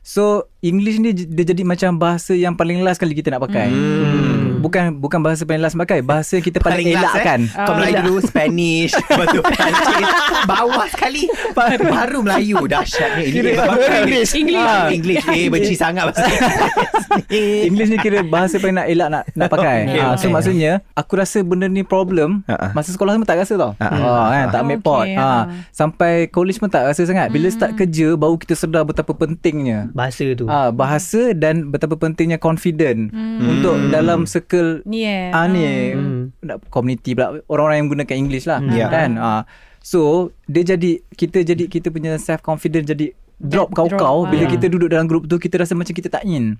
[SPEAKER 2] so English ni j- dia jadi macam bahasa yang paling last kali kita nak pakai hmm. bukan bukan bahasa paling last pakai bahasa yang kita paling, kan? paling
[SPEAKER 5] last,
[SPEAKER 2] elakkan Ah,
[SPEAKER 5] eh. Kau Melayu dulu Spanish Lepas tu Perancis Bawah sekali Baru, baru Melayu Dahsyatnya ini
[SPEAKER 2] Kira
[SPEAKER 5] eh,
[SPEAKER 2] baru
[SPEAKER 5] baru
[SPEAKER 2] English.
[SPEAKER 5] English
[SPEAKER 2] Ah.
[SPEAKER 5] English Eh benci sangat bahasa Inggeris.
[SPEAKER 2] English ni kira bahasa paling nak elak nak nak pakai.
[SPEAKER 5] Okay,
[SPEAKER 2] ha, so
[SPEAKER 5] okay.
[SPEAKER 2] maksudnya aku rasa benda ni problem
[SPEAKER 5] Ha, ha.
[SPEAKER 2] masa sekolah pun tak rasa tau.
[SPEAKER 5] Ha,
[SPEAKER 2] Ha,
[SPEAKER 5] ha.
[SPEAKER 2] kan tak ambil
[SPEAKER 3] Okay,
[SPEAKER 2] pot.
[SPEAKER 3] ha. Hmm.
[SPEAKER 2] Ha, sampai college pun tak rasa sangat. Bila start kerja baru kita sedar betapa pentingnya.
[SPEAKER 4] Bahasa tu.
[SPEAKER 2] Ah bahasa dan betapa pentingnya confident
[SPEAKER 3] Hmm.
[SPEAKER 2] untuk dalam circle
[SPEAKER 3] Yeah.
[SPEAKER 2] ah ni nak community pula orang-orang yang gunakan English lah
[SPEAKER 5] Ya.
[SPEAKER 2] kan. Ah so dia jadi kita jadi kita punya self confident jadi drop
[SPEAKER 3] Drop,
[SPEAKER 2] kau-kau bila
[SPEAKER 3] ah.
[SPEAKER 2] kita duduk dalam grup tu kita rasa macam kita tak in.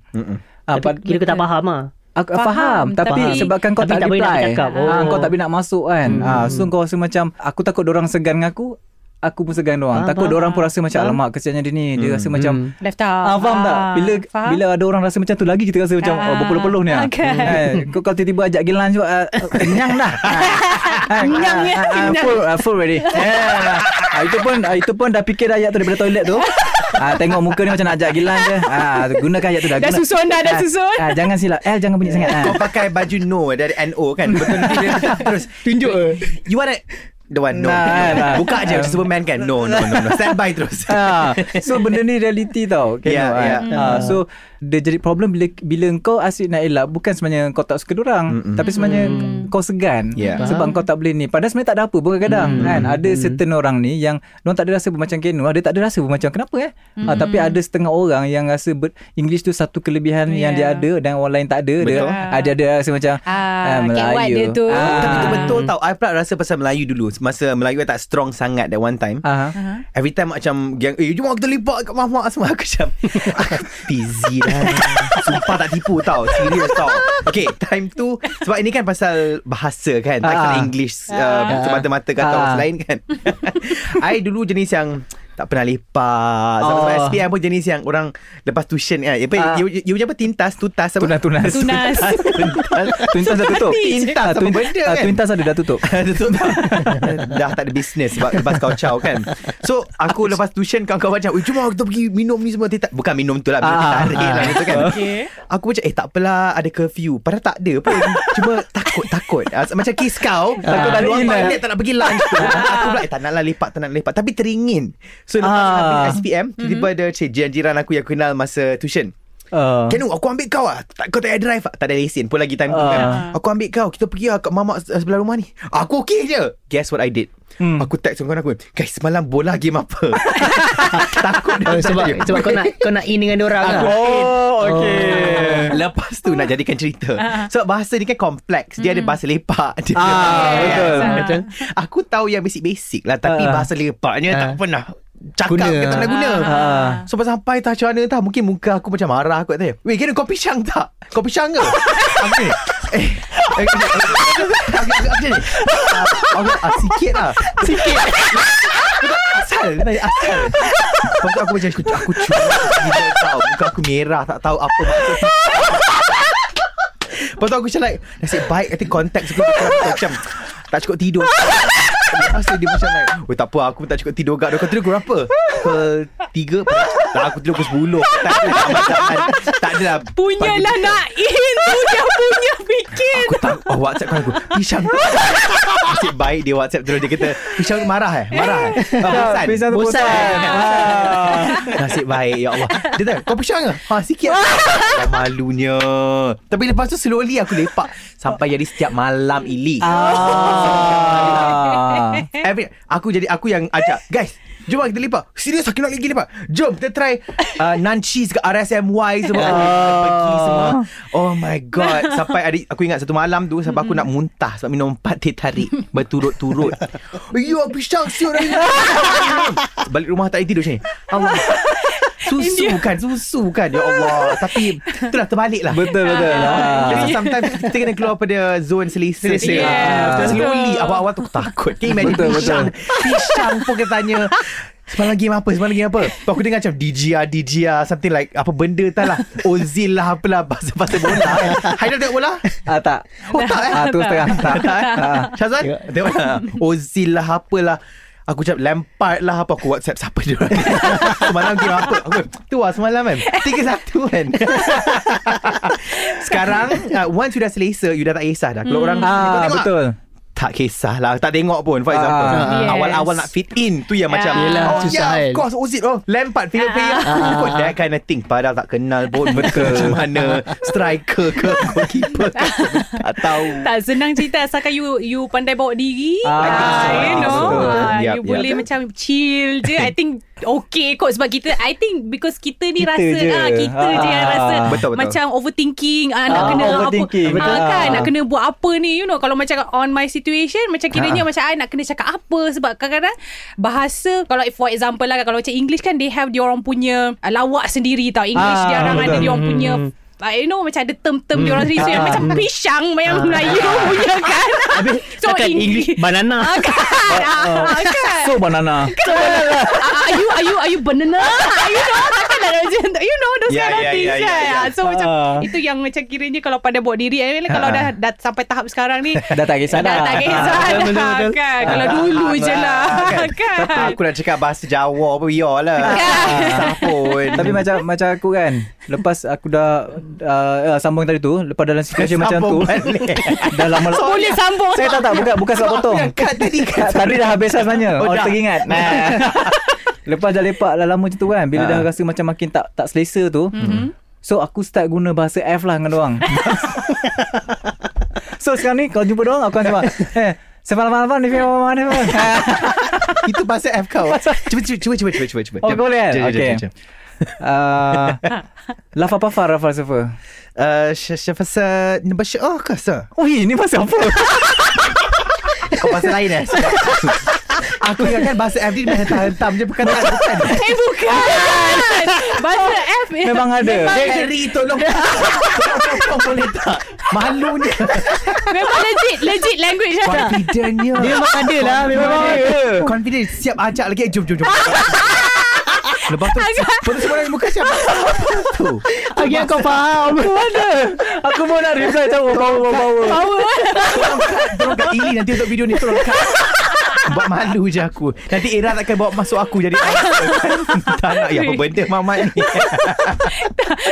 [SPEAKER 2] Ah,
[SPEAKER 4] Tapi kira kau tak faham ah.
[SPEAKER 2] Aku faham,
[SPEAKER 3] Faham,
[SPEAKER 2] faham tapi,
[SPEAKER 4] tapi-
[SPEAKER 2] tapi sebabkan kau
[SPEAKER 4] tapi
[SPEAKER 2] tak,
[SPEAKER 4] tak boleh nak
[SPEAKER 2] reply.
[SPEAKER 4] bercakap.
[SPEAKER 2] Oh. Ha,
[SPEAKER 4] Oh.
[SPEAKER 2] kau tak boleh nak masuk kan. Hmm. Ha, so kau rasa macam aku takut orang segan dengan aku, aku pun segan orang.
[SPEAKER 4] Faham,
[SPEAKER 2] takut
[SPEAKER 4] Ah, faham. Hmm,
[SPEAKER 2] orang pun rasa macam alamak kesiannya dia ni. Dia rasa macam
[SPEAKER 3] Left out.
[SPEAKER 2] Ah, faham tak? Bila
[SPEAKER 3] faham.
[SPEAKER 2] bila ada orang rasa macam tu lagi kita rasa macam
[SPEAKER 3] Ah,
[SPEAKER 2] oh, berpeluh-peluh ni. ah.
[SPEAKER 3] okay.
[SPEAKER 2] Eh, kau kalau tiba-tiba ajak pergi lunch pula, ah, kenyang dah. Ah,
[SPEAKER 3] Kenyang,
[SPEAKER 2] ah,
[SPEAKER 3] ya,
[SPEAKER 2] ah, ah,
[SPEAKER 3] kenyang.
[SPEAKER 2] Full ah, full already. Eh, ah, itu pun ah, itu pun dah fikir dah ayat tu daripada toilet tu. Ah, tengok muka ni macam nak ajak pergi lunch je. Ah, gunakan ayat tu dah.
[SPEAKER 3] Dah
[SPEAKER 2] guna.
[SPEAKER 3] susun dah, dah
[SPEAKER 2] Ah,
[SPEAKER 3] susun.
[SPEAKER 2] Ah, jangan silap. L jangan bunyi sangat. Ah.
[SPEAKER 5] Kau pakai baju no Dari NO kan Betul nanti dia Terus
[SPEAKER 4] Tunjuk eh.
[SPEAKER 5] You wanna The one no,
[SPEAKER 2] Nah,
[SPEAKER 5] no, no.
[SPEAKER 2] nah.
[SPEAKER 5] Buka je Superman kan No no no, no. Stand by terus
[SPEAKER 2] Ah, so benda ni reality tau. Okay,
[SPEAKER 5] Yeah,
[SPEAKER 2] yeah,
[SPEAKER 5] yeah.
[SPEAKER 2] yeah. Ah, so
[SPEAKER 5] Hmm.
[SPEAKER 2] dia jadi problem bila bila kau asyik nak elak bukan sebenarnya kau tak suka orang
[SPEAKER 5] Mm-mm. Ya.
[SPEAKER 2] tapi sebenarnya kau segan
[SPEAKER 5] Yeah.
[SPEAKER 2] sebab kau tak boleh ni. Padahal sebenarnya tak ada apa pun kadang-kadang kan. Ada certain orang ni yang dia tak ada rasa pun macam Keno, dia tak ada rasa pun macam kenapa eh? Ah, tapi ada setengah orang yang rasa ber- English tu satu kelebihan yang dia
[SPEAKER 3] Yeah.
[SPEAKER 2] ada dan orang lain tak ada. Dia
[SPEAKER 5] Betul.
[SPEAKER 2] ada ada rasa macam
[SPEAKER 3] Ya. Ah,
[SPEAKER 2] ah,
[SPEAKER 3] kewat
[SPEAKER 2] Melayu.
[SPEAKER 3] dia tu.
[SPEAKER 5] Tapi tu
[SPEAKER 3] Ah.
[SPEAKER 5] betul tau I pula rasa pasal Melayu dulu Masa Melayu I tak strong sangat That one time
[SPEAKER 2] Aha.
[SPEAKER 5] Every time macam Gang Eh jom kita lipat kat mamak semua Aku macam Aku busy lah Sumpah tak tipu tau Serius tau Okay time tu Sebab ini kan pasal Bahasa kan Tak pasal
[SPEAKER 2] Ah.
[SPEAKER 5] English uh, Semata-mata
[SPEAKER 2] Ah.
[SPEAKER 5] kata orang lain kan I dulu jenis yang tak pernah lepak Sebab
[SPEAKER 2] Oh.
[SPEAKER 5] oh. SPM pun jenis yang Orang lepas tuition kan Apa
[SPEAKER 2] Ah.
[SPEAKER 5] you, you, you macam apa Tintas Tutas apa?
[SPEAKER 2] Tunas-tunas.
[SPEAKER 3] Tunas.
[SPEAKER 5] Tunas
[SPEAKER 2] Tuntas dah tutup.
[SPEAKER 5] Tintas
[SPEAKER 2] Ah,
[SPEAKER 5] apa
[SPEAKER 2] tun-
[SPEAKER 5] benda
[SPEAKER 2] ah,
[SPEAKER 5] kan?
[SPEAKER 2] Tuntas ada dah tutup.
[SPEAKER 5] Tutup tak? Dah tak ada bisnes Sebab lepas kau caw kan So aku lepas tuition Kawan-kawan macam "Ui, Jom lah kita pergi minum ni semua Dia tak, Bukan minum tu lah Minum
[SPEAKER 2] Ah,
[SPEAKER 5] tarik
[SPEAKER 2] ah.
[SPEAKER 5] lah gitu kan
[SPEAKER 3] Okay.
[SPEAKER 5] Aku macam Eh tak apalah Ada curfew Padahal tak ada pun Cuma takut-takut Ah, Macam kes kau Takut
[SPEAKER 2] tak
[SPEAKER 5] tak luar
[SPEAKER 2] ingin lah.
[SPEAKER 5] toilet Tak nak pergi lunch tu Aku pula eh, Tak nak lah lepak Tak nak lepak Tapi teringin So lepas
[SPEAKER 2] Ah.
[SPEAKER 5] habis SPM Tiba-tiba ada cik, jiran-jiran aku Yang aku kenal masa tuition
[SPEAKER 2] Ah.
[SPEAKER 5] Kenu aku ambil kau lah tak, Kau tak payah drive lah Tak ada lesen pun lagi time tu
[SPEAKER 2] Ah.
[SPEAKER 5] kan Aku ambil kau Kita pergi lah kat mamak se- sebelah rumah ni Ah, Aku okey je Guess what I did
[SPEAKER 2] Hmm.
[SPEAKER 5] Aku text kawan aku Guys semalam bola game apa Takut dia
[SPEAKER 4] Oh,
[SPEAKER 5] tak
[SPEAKER 4] sebab
[SPEAKER 5] ada.
[SPEAKER 4] sebab kau nak kau nak in dengan dia orang lah.
[SPEAKER 2] Oh, okay.
[SPEAKER 5] Lepas tu nak jadikan cerita Sebab bahasa ni kan kompleks Dia ada bahasa lepak dia ada
[SPEAKER 2] Ah,
[SPEAKER 5] bahasa-
[SPEAKER 2] betul.
[SPEAKER 5] Kan?
[SPEAKER 4] Betul.
[SPEAKER 5] Aku tahu yang basic-basic lah Tapi
[SPEAKER 2] Ah.
[SPEAKER 5] bahasa lepaknya tak pernah Cakap
[SPEAKER 4] Guna.
[SPEAKER 5] ke tak pernah guna
[SPEAKER 2] Ah.
[SPEAKER 5] So pas sampai tak macam mana tak Mungkin muka aku macam marah aku tanya Weh kena kau pisang tak? Kau pisang ke? Aku ni, Eh eh, aku- aku- aku- Macam ni Ah, Aku ah, sikit lah Sikit Asal dia tanya asal Lepas tu aku macam Aku, aku curang Gila tau Muka aku merah Tak tahu apa maksud Lepas tu aku macam like Nasib baik I think contact aku Macam Tak cukup tidur Lepas tu dia macam like Oh tak apa Aku pun tak cukup tidur kat dia Kau tidur pukul berapa? Pukul tiga Tak aku tidur pukul 10 Tak ada lah macam- Tak ada lah
[SPEAKER 3] Punyalah
[SPEAKER 5] Pagi-
[SPEAKER 3] nak in tu dia punya fikir.
[SPEAKER 5] Aku tak Oh WhatsApp kau aku Pisang Nasib baik dia WhatsApp terus Dia kata Pisang tu marah eh Marah eh Ah, Bosan
[SPEAKER 2] Pisang tu
[SPEAKER 5] Bosan.
[SPEAKER 2] bosan.
[SPEAKER 5] Ah. Nasib baik Ya Allah Dia tanya Kau pisang ke? Ha sikit Ya malunya Tapi lepas tu slowly aku lepak Sampai jadi setiap malam Ili
[SPEAKER 2] Ah.
[SPEAKER 5] Every, aku jadi aku yang ajak guys Jom lah, kita lepak Serius aku nak lagi lepak Jom kita try uh, Nan cheese ke RSMY Semua
[SPEAKER 2] Ah.
[SPEAKER 5] Kita pergi semua Oh my god Sampai adik, aku ingat satu malam tu Sampai aku nak muntah Sebab minum empat teh tarik Berturut-turut Yo aku syak siut dah Balik rumah tak boleh tidur macam ni Allah Susu bukan Susu bukan Ya Allah Tapi Itulah terbalik lah
[SPEAKER 2] Betul betul.
[SPEAKER 5] Ah.
[SPEAKER 2] Ah.
[SPEAKER 5] Sometimes kita kena keluar pada zone selesa.
[SPEAKER 4] Selesa.
[SPEAKER 5] sikit.
[SPEAKER 3] Yeah,
[SPEAKER 5] Ah.
[SPEAKER 3] betul.
[SPEAKER 5] Slowly awal-awal tu aku takut. Can you imagine
[SPEAKER 2] Betul,
[SPEAKER 5] Pisang, Pisang pun kena tanya Semalam game apa Semalam game apa Tu aku dengar macam DJR DJR ah," Something like Apa benda tak lah Ozil lah Apalah Pasal-pasal bola Haidar tengok bola
[SPEAKER 2] Ah tak.
[SPEAKER 5] Oh tak eh
[SPEAKER 2] Ah tu setengah tak.
[SPEAKER 5] Tak eh
[SPEAKER 2] Ah.
[SPEAKER 5] Syazwan Tengok Ozil lah apalah Aku cakap Lampard lah Apa aku whatsapp Siapa dia orang Semalam game apa Aku Tu lah semalam kan 3-1 kan Sekarang uh, Once you dah selesa You dah tak kisah dah Kalau orang kau
[SPEAKER 2] Ah
[SPEAKER 5] tengok tak?
[SPEAKER 2] betul.
[SPEAKER 5] Tak kisah lah Tak tengok pun For example
[SPEAKER 3] Yes.
[SPEAKER 5] Awal-awal nak fit in Tu yang macam
[SPEAKER 4] Yelah,
[SPEAKER 5] Oh
[SPEAKER 4] susah
[SPEAKER 5] yeah
[SPEAKER 4] kan.
[SPEAKER 5] of course Ozil oh, Lampard Favorite player aku pun That kind of thing Padahal tak kenal pun Betul Macam mana Striker ke Goalkeeper ke Tak tahu
[SPEAKER 3] Tak senang cerita asalkan you you pandai bawa diri.
[SPEAKER 2] Ah,
[SPEAKER 3] Ah, you
[SPEAKER 5] betul.
[SPEAKER 3] know.
[SPEAKER 5] Betul.
[SPEAKER 3] Ah,
[SPEAKER 5] Yap,
[SPEAKER 3] you
[SPEAKER 5] yap.
[SPEAKER 3] boleh macam chill je. I think okay kot sebab kita I think because kita ni
[SPEAKER 2] Kita
[SPEAKER 3] rasa
[SPEAKER 2] je.
[SPEAKER 3] ah kita je yang
[SPEAKER 2] Ah.
[SPEAKER 3] rasa
[SPEAKER 5] Betul, betul.
[SPEAKER 3] macam overthinking ah, nak
[SPEAKER 2] Ah,
[SPEAKER 3] kena
[SPEAKER 2] overthinking.
[SPEAKER 3] apa
[SPEAKER 2] Betul.
[SPEAKER 3] ah, kan
[SPEAKER 2] Ah.
[SPEAKER 3] nak kena buat apa ni you know kalau macam on my situation macam kiranya
[SPEAKER 5] Ah.
[SPEAKER 3] macam I nak kena cakap apa sebab kadang-kadang bahasa kalau for example lah kalau macam English kan they have dia orang punya ah, lawak sendiri tau English
[SPEAKER 2] Ah,
[SPEAKER 3] dia orang ada
[SPEAKER 2] betul.
[SPEAKER 3] dia orang punya I you know macam ada term-term mm. diorang sendiri so, yang
[SPEAKER 2] Ah.
[SPEAKER 3] macam pisang yang Melayu punya kan Habis so
[SPEAKER 4] Cakap English banana.
[SPEAKER 3] Ah, kan Ah, kan
[SPEAKER 2] Oh. So banana.
[SPEAKER 3] Ah, Are you are you are you banana Ah, You know Takkan ada macam tu. You know Those
[SPEAKER 5] Yeah,
[SPEAKER 3] kind of
[SPEAKER 5] yeah,
[SPEAKER 3] things
[SPEAKER 5] yeah,
[SPEAKER 3] kan?
[SPEAKER 5] yeah, yeah.
[SPEAKER 3] So macam
[SPEAKER 2] Ah.
[SPEAKER 3] Itu yang macam kiranya Kalau pada buat diri I mean, Kalau dah, dah sampai tahap sekarang ni
[SPEAKER 2] Dah tak kisah
[SPEAKER 3] Dah
[SPEAKER 2] dah.
[SPEAKER 3] tak kisah
[SPEAKER 4] betul, betul,
[SPEAKER 3] dah
[SPEAKER 4] betul.
[SPEAKER 3] kan Kalau dulu je lah
[SPEAKER 5] kan? Tapi
[SPEAKER 3] Kan
[SPEAKER 5] aku nak cakap bahasa Jawa pun Ya lah Susah pun
[SPEAKER 2] Tapi macam macam aku kan Lepas aku dah uh, uh, Sambung tadi tu Lepas dalam situasi macam tu
[SPEAKER 5] Sambung balik.
[SPEAKER 2] Dah lama
[SPEAKER 3] kan? Boleh sambung
[SPEAKER 2] Saya tak tak Bukan, bukan sebab potong
[SPEAKER 5] yang cut tadi kan?
[SPEAKER 2] Tadi dah habis lah sebenarnya
[SPEAKER 5] Oh,
[SPEAKER 2] Oh,
[SPEAKER 5] dah.
[SPEAKER 2] teringat nah. Lepas dah lepak dah lama macam tu kan Bila
[SPEAKER 5] Ah.
[SPEAKER 2] dah rasa macam makin tak tak selesa tu mm-hmm. So aku start guna bahasa F lah dengan diorang So sekarang ni Kalau jumpa diorang Aku akan cakap Eh Semalam-malam ni Semalam-malam ni
[SPEAKER 5] Itu bahasa F kau Cuba cuba cuba cuba cuba cuba cuba.
[SPEAKER 2] Oh
[SPEAKER 5] Jom,
[SPEAKER 2] boleh kan
[SPEAKER 5] jom, jom,
[SPEAKER 2] Okay
[SPEAKER 5] jom, jom.
[SPEAKER 2] Ah, Lafa Pafa Rafa Rafa
[SPEAKER 5] Uh, sh- sh- pasal Bahasa Oh kau sah
[SPEAKER 2] Oh ini pasal apa
[SPEAKER 5] Kau bahasa lain eh Aku ingatkan bahasa F ni Dia hentam-hentam je Bukan tak bukan
[SPEAKER 3] Eh bukan Bahasa F ni.
[SPEAKER 2] Memang ada
[SPEAKER 5] Hey, Sherry tolong Tolong, Kau boleh tak Malunya
[SPEAKER 3] Memang legit Legit language lah
[SPEAKER 5] Confidentnya
[SPEAKER 4] Dia memang ada lah memang ada.
[SPEAKER 5] Confident Siap ajak lagi Eh, Jom jom jom Lepas tu Lepas tu semua orang muka siapa Tu
[SPEAKER 4] Okey kau faham.
[SPEAKER 2] Mana Aku mau nak reply Tahu Bawa-bawa
[SPEAKER 5] Tolong cut Tolong cut Ili nanti untuk video ni Tolong cut Buat malu je aku Nanti Era takkan bawa masuk aku Jadi Tak nak Ya apa benda mamat ni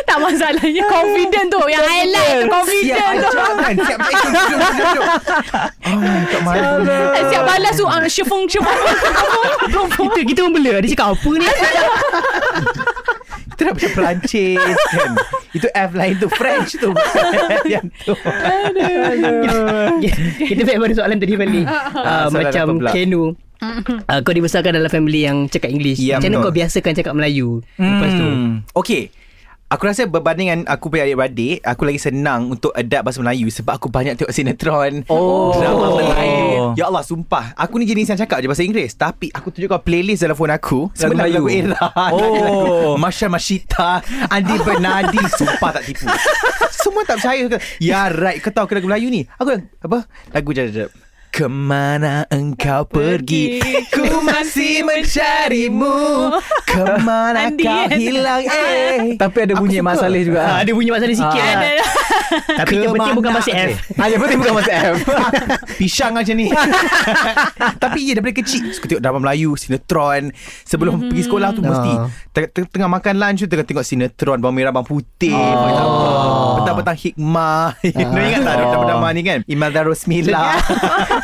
[SPEAKER 3] Tak masalahnya Confident tu Yang highlight tu Confident
[SPEAKER 5] Siap
[SPEAKER 3] tu
[SPEAKER 5] ajak kan Siap ajak Jom, jom, jom, jom, jom. Oh my god malu
[SPEAKER 3] Eh, Siap balas tu ah, Syefung syefung
[SPEAKER 4] Kita kita pun blur. Dia cakap apa ni?
[SPEAKER 5] Kita dah macam Perancis kan Itu F lain tu French tu Yang tu
[SPEAKER 4] Kita back pada soalan tadi balik.
[SPEAKER 5] soalan
[SPEAKER 4] Ah,
[SPEAKER 5] apa
[SPEAKER 4] macam
[SPEAKER 5] pula?
[SPEAKER 4] Kenu. Uh, kau dibesarkan dalam family yang cakap English.
[SPEAKER 5] Ya,
[SPEAKER 4] Macam mana
[SPEAKER 5] betul. Hmm.
[SPEAKER 4] kau biasakan cakap Melayu lepas tu?
[SPEAKER 2] Hmm.
[SPEAKER 5] Okay Aku rasa berbandingan aku punya adik-beradik Aku lagi senang untuk adapt bahasa Melayu Sebab aku banyak tengok sinetron
[SPEAKER 2] Oh.
[SPEAKER 5] Drama
[SPEAKER 2] Oh.
[SPEAKER 5] Melayu Ya Allah sumpah Aku ni jenis yang cakap je bahasa Inggeris Tapi aku tunjuk kau playlist dalam phone aku Semua
[SPEAKER 2] Lagu
[SPEAKER 5] lagu-lagu
[SPEAKER 2] Melayu.
[SPEAKER 5] era
[SPEAKER 2] Oh.
[SPEAKER 5] lagu-lagu Masya Mashita Andi Bernadi Sumpah tak tipu Semua tak percaya Kata, Ya right kau tahu ke lagu Melayu ni Aku dah- apa Lagu jap jap Kemana engkau pergi Ku masih mencarimu Kemana
[SPEAKER 3] Andi,
[SPEAKER 5] kau
[SPEAKER 3] kan?
[SPEAKER 5] hilang eh
[SPEAKER 2] Tapi ada bunyi
[SPEAKER 5] suka.
[SPEAKER 2] masalah juga
[SPEAKER 4] Ah, ada bunyi masalah sikit
[SPEAKER 2] Ah.
[SPEAKER 4] lah. Tapi yang penting bukan bahasa F.
[SPEAKER 2] Ah, yang penting bukan bahasa F
[SPEAKER 5] Pisang macam ni Tapi ya daripada kecil Suka tengok drama Melayu Sinetron Sebelum mm-hmm. pergi sekolah tu Mesti
[SPEAKER 4] Ah.
[SPEAKER 5] teng- teng- Tengah makan lunch tu Tengah tengok sinetron Bawang merah bawang putih for example. Petang-petang hikmah You know ingat tak Drama-drama ni kan Ah. Imelda Rosmila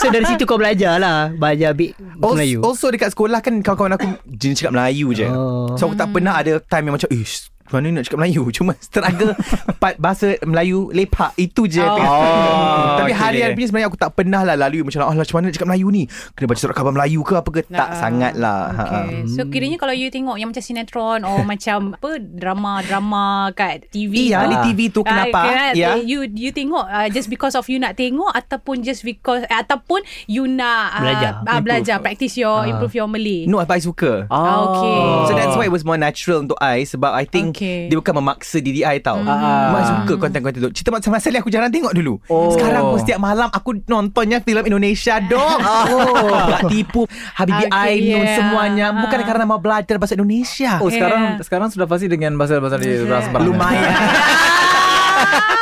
[SPEAKER 4] so dari situ kau belajar lah Belajar ambil bahasa
[SPEAKER 5] also,
[SPEAKER 4] Melayu
[SPEAKER 5] also dekat sekolah kan Kawan-kawan aku Jenis cakap Melayu je
[SPEAKER 4] Oh.
[SPEAKER 5] So aku tak pernah ada Time yang macam Ish mana nak cakap Melayu Cuma struggle part bahasa Melayu lepak Itu je
[SPEAKER 3] Oh.
[SPEAKER 5] oh,
[SPEAKER 2] okay.
[SPEAKER 5] Tapi harian punya sebenarnya aku tak pernah lah lalui Macam oh, lah, macam mana nak cakap Melayu ni Kena baca surat khabar Melayu ke apa ke Tak
[SPEAKER 3] Ah,
[SPEAKER 5] sangat lah Ha, ha.
[SPEAKER 3] Okay. So kiranya kalau you tengok yang macam sinetron or macam apa drama-drama kat TV. tu,
[SPEAKER 5] Iya, di TV tu
[SPEAKER 3] ah,
[SPEAKER 5] kenapa?
[SPEAKER 3] kan,
[SPEAKER 5] Ya.
[SPEAKER 3] You you tengok uh, just because of you nak tengok ataupun just because eh, ataupun you nak uh,
[SPEAKER 4] Belajar.
[SPEAKER 3] uh, belajar practice your
[SPEAKER 5] Ah.
[SPEAKER 3] improve your Malay.
[SPEAKER 5] No, I suka
[SPEAKER 3] Okay.
[SPEAKER 2] Oh.
[SPEAKER 5] So that's
[SPEAKER 2] Ah.
[SPEAKER 5] why it was more natural untuk I Sebab I think
[SPEAKER 3] Okay.
[SPEAKER 5] Dia bukan memaksa diri I tau mm.
[SPEAKER 2] Ah.
[SPEAKER 5] Mak suka konten-konten tu Cerita Mak Masali aku jarang tengok dulu
[SPEAKER 2] Oh.
[SPEAKER 5] Sekarang pun setiap malam Aku nontonnya filem Indonesia dong oh.
[SPEAKER 2] Ah.
[SPEAKER 5] Tak tipu Habibie
[SPEAKER 3] Okay,
[SPEAKER 5] I Nun
[SPEAKER 3] yeah.
[SPEAKER 5] semuanya Bukan
[SPEAKER 3] Ah.
[SPEAKER 5] kerana mau belajar bahasa Indonesia
[SPEAKER 2] Oh
[SPEAKER 3] Yeah.
[SPEAKER 2] sekarang sekarang sudah pasti dengan bahasa-bahasa di seberang-seberang.
[SPEAKER 5] Lumayan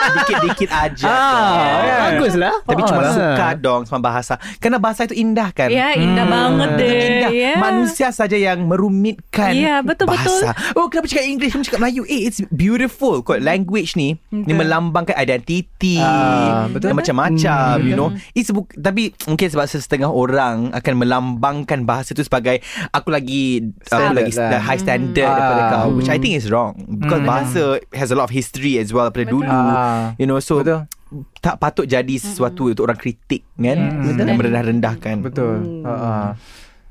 [SPEAKER 5] Dikit-dikit aja
[SPEAKER 2] Ah,
[SPEAKER 5] dong.
[SPEAKER 4] Bagus lah
[SPEAKER 5] Tapi
[SPEAKER 2] Ah,
[SPEAKER 5] cuma
[SPEAKER 2] lah.
[SPEAKER 5] suka dong sama bahasa Kerana bahasa itu indah kan
[SPEAKER 3] Ya, indah banget deh.
[SPEAKER 5] Indah
[SPEAKER 3] Ya.
[SPEAKER 5] yeah. Manusia saja yang merumitkan
[SPEAKER 3] Ya, betul,
[SPEAKER 5] bahasa. Betul. Oh, kenapa cakap English? Kenapa cakap Melayu? Eh, it's beautiful. Kot language ni, ni
[SPEAKER 3] Betul.
[SPEAKER 5] melambangkan identiti.
[SPEAKER 2] Ah, betul. Hmm.
[SPEAKER 5] dan macam-macam, you know. It's bu- tapi mungkin sebab setengah orang akan melambangkan bahasa tu sebagai aku lagi aku
[SPEAKER 2] Standard
[SPEAKER 5] lagi
[SPEAKER 2] lah.
[SPEAKER 5] high standard
[SPEAKER 2] Hmm.
[SPEAKER 5] daripada
[SPEAKER 2] Ah. Hmm.
[SPEAKER 5] kau, which I think is wrong. Because bahasa has a lot of history as well daripada
[SPEAKER 3] Betul.
[SPEAKER 5] dulu.
[SPEAKER 2] Ah.
[SPEAKER 5] You know, so
[SPEAKER 2] Betul. Hmm.
[SPEAKER 5] tak patut jadi sesuatu untuk orang kritik kan
[SPEAKER 3] Yes.
[SPEAKER 5] dan
[SPEAKER 3] Betul.
[SPEAKER 5] merendah-rendahkan.
[SPEAKER 2] Betul. Ha ah.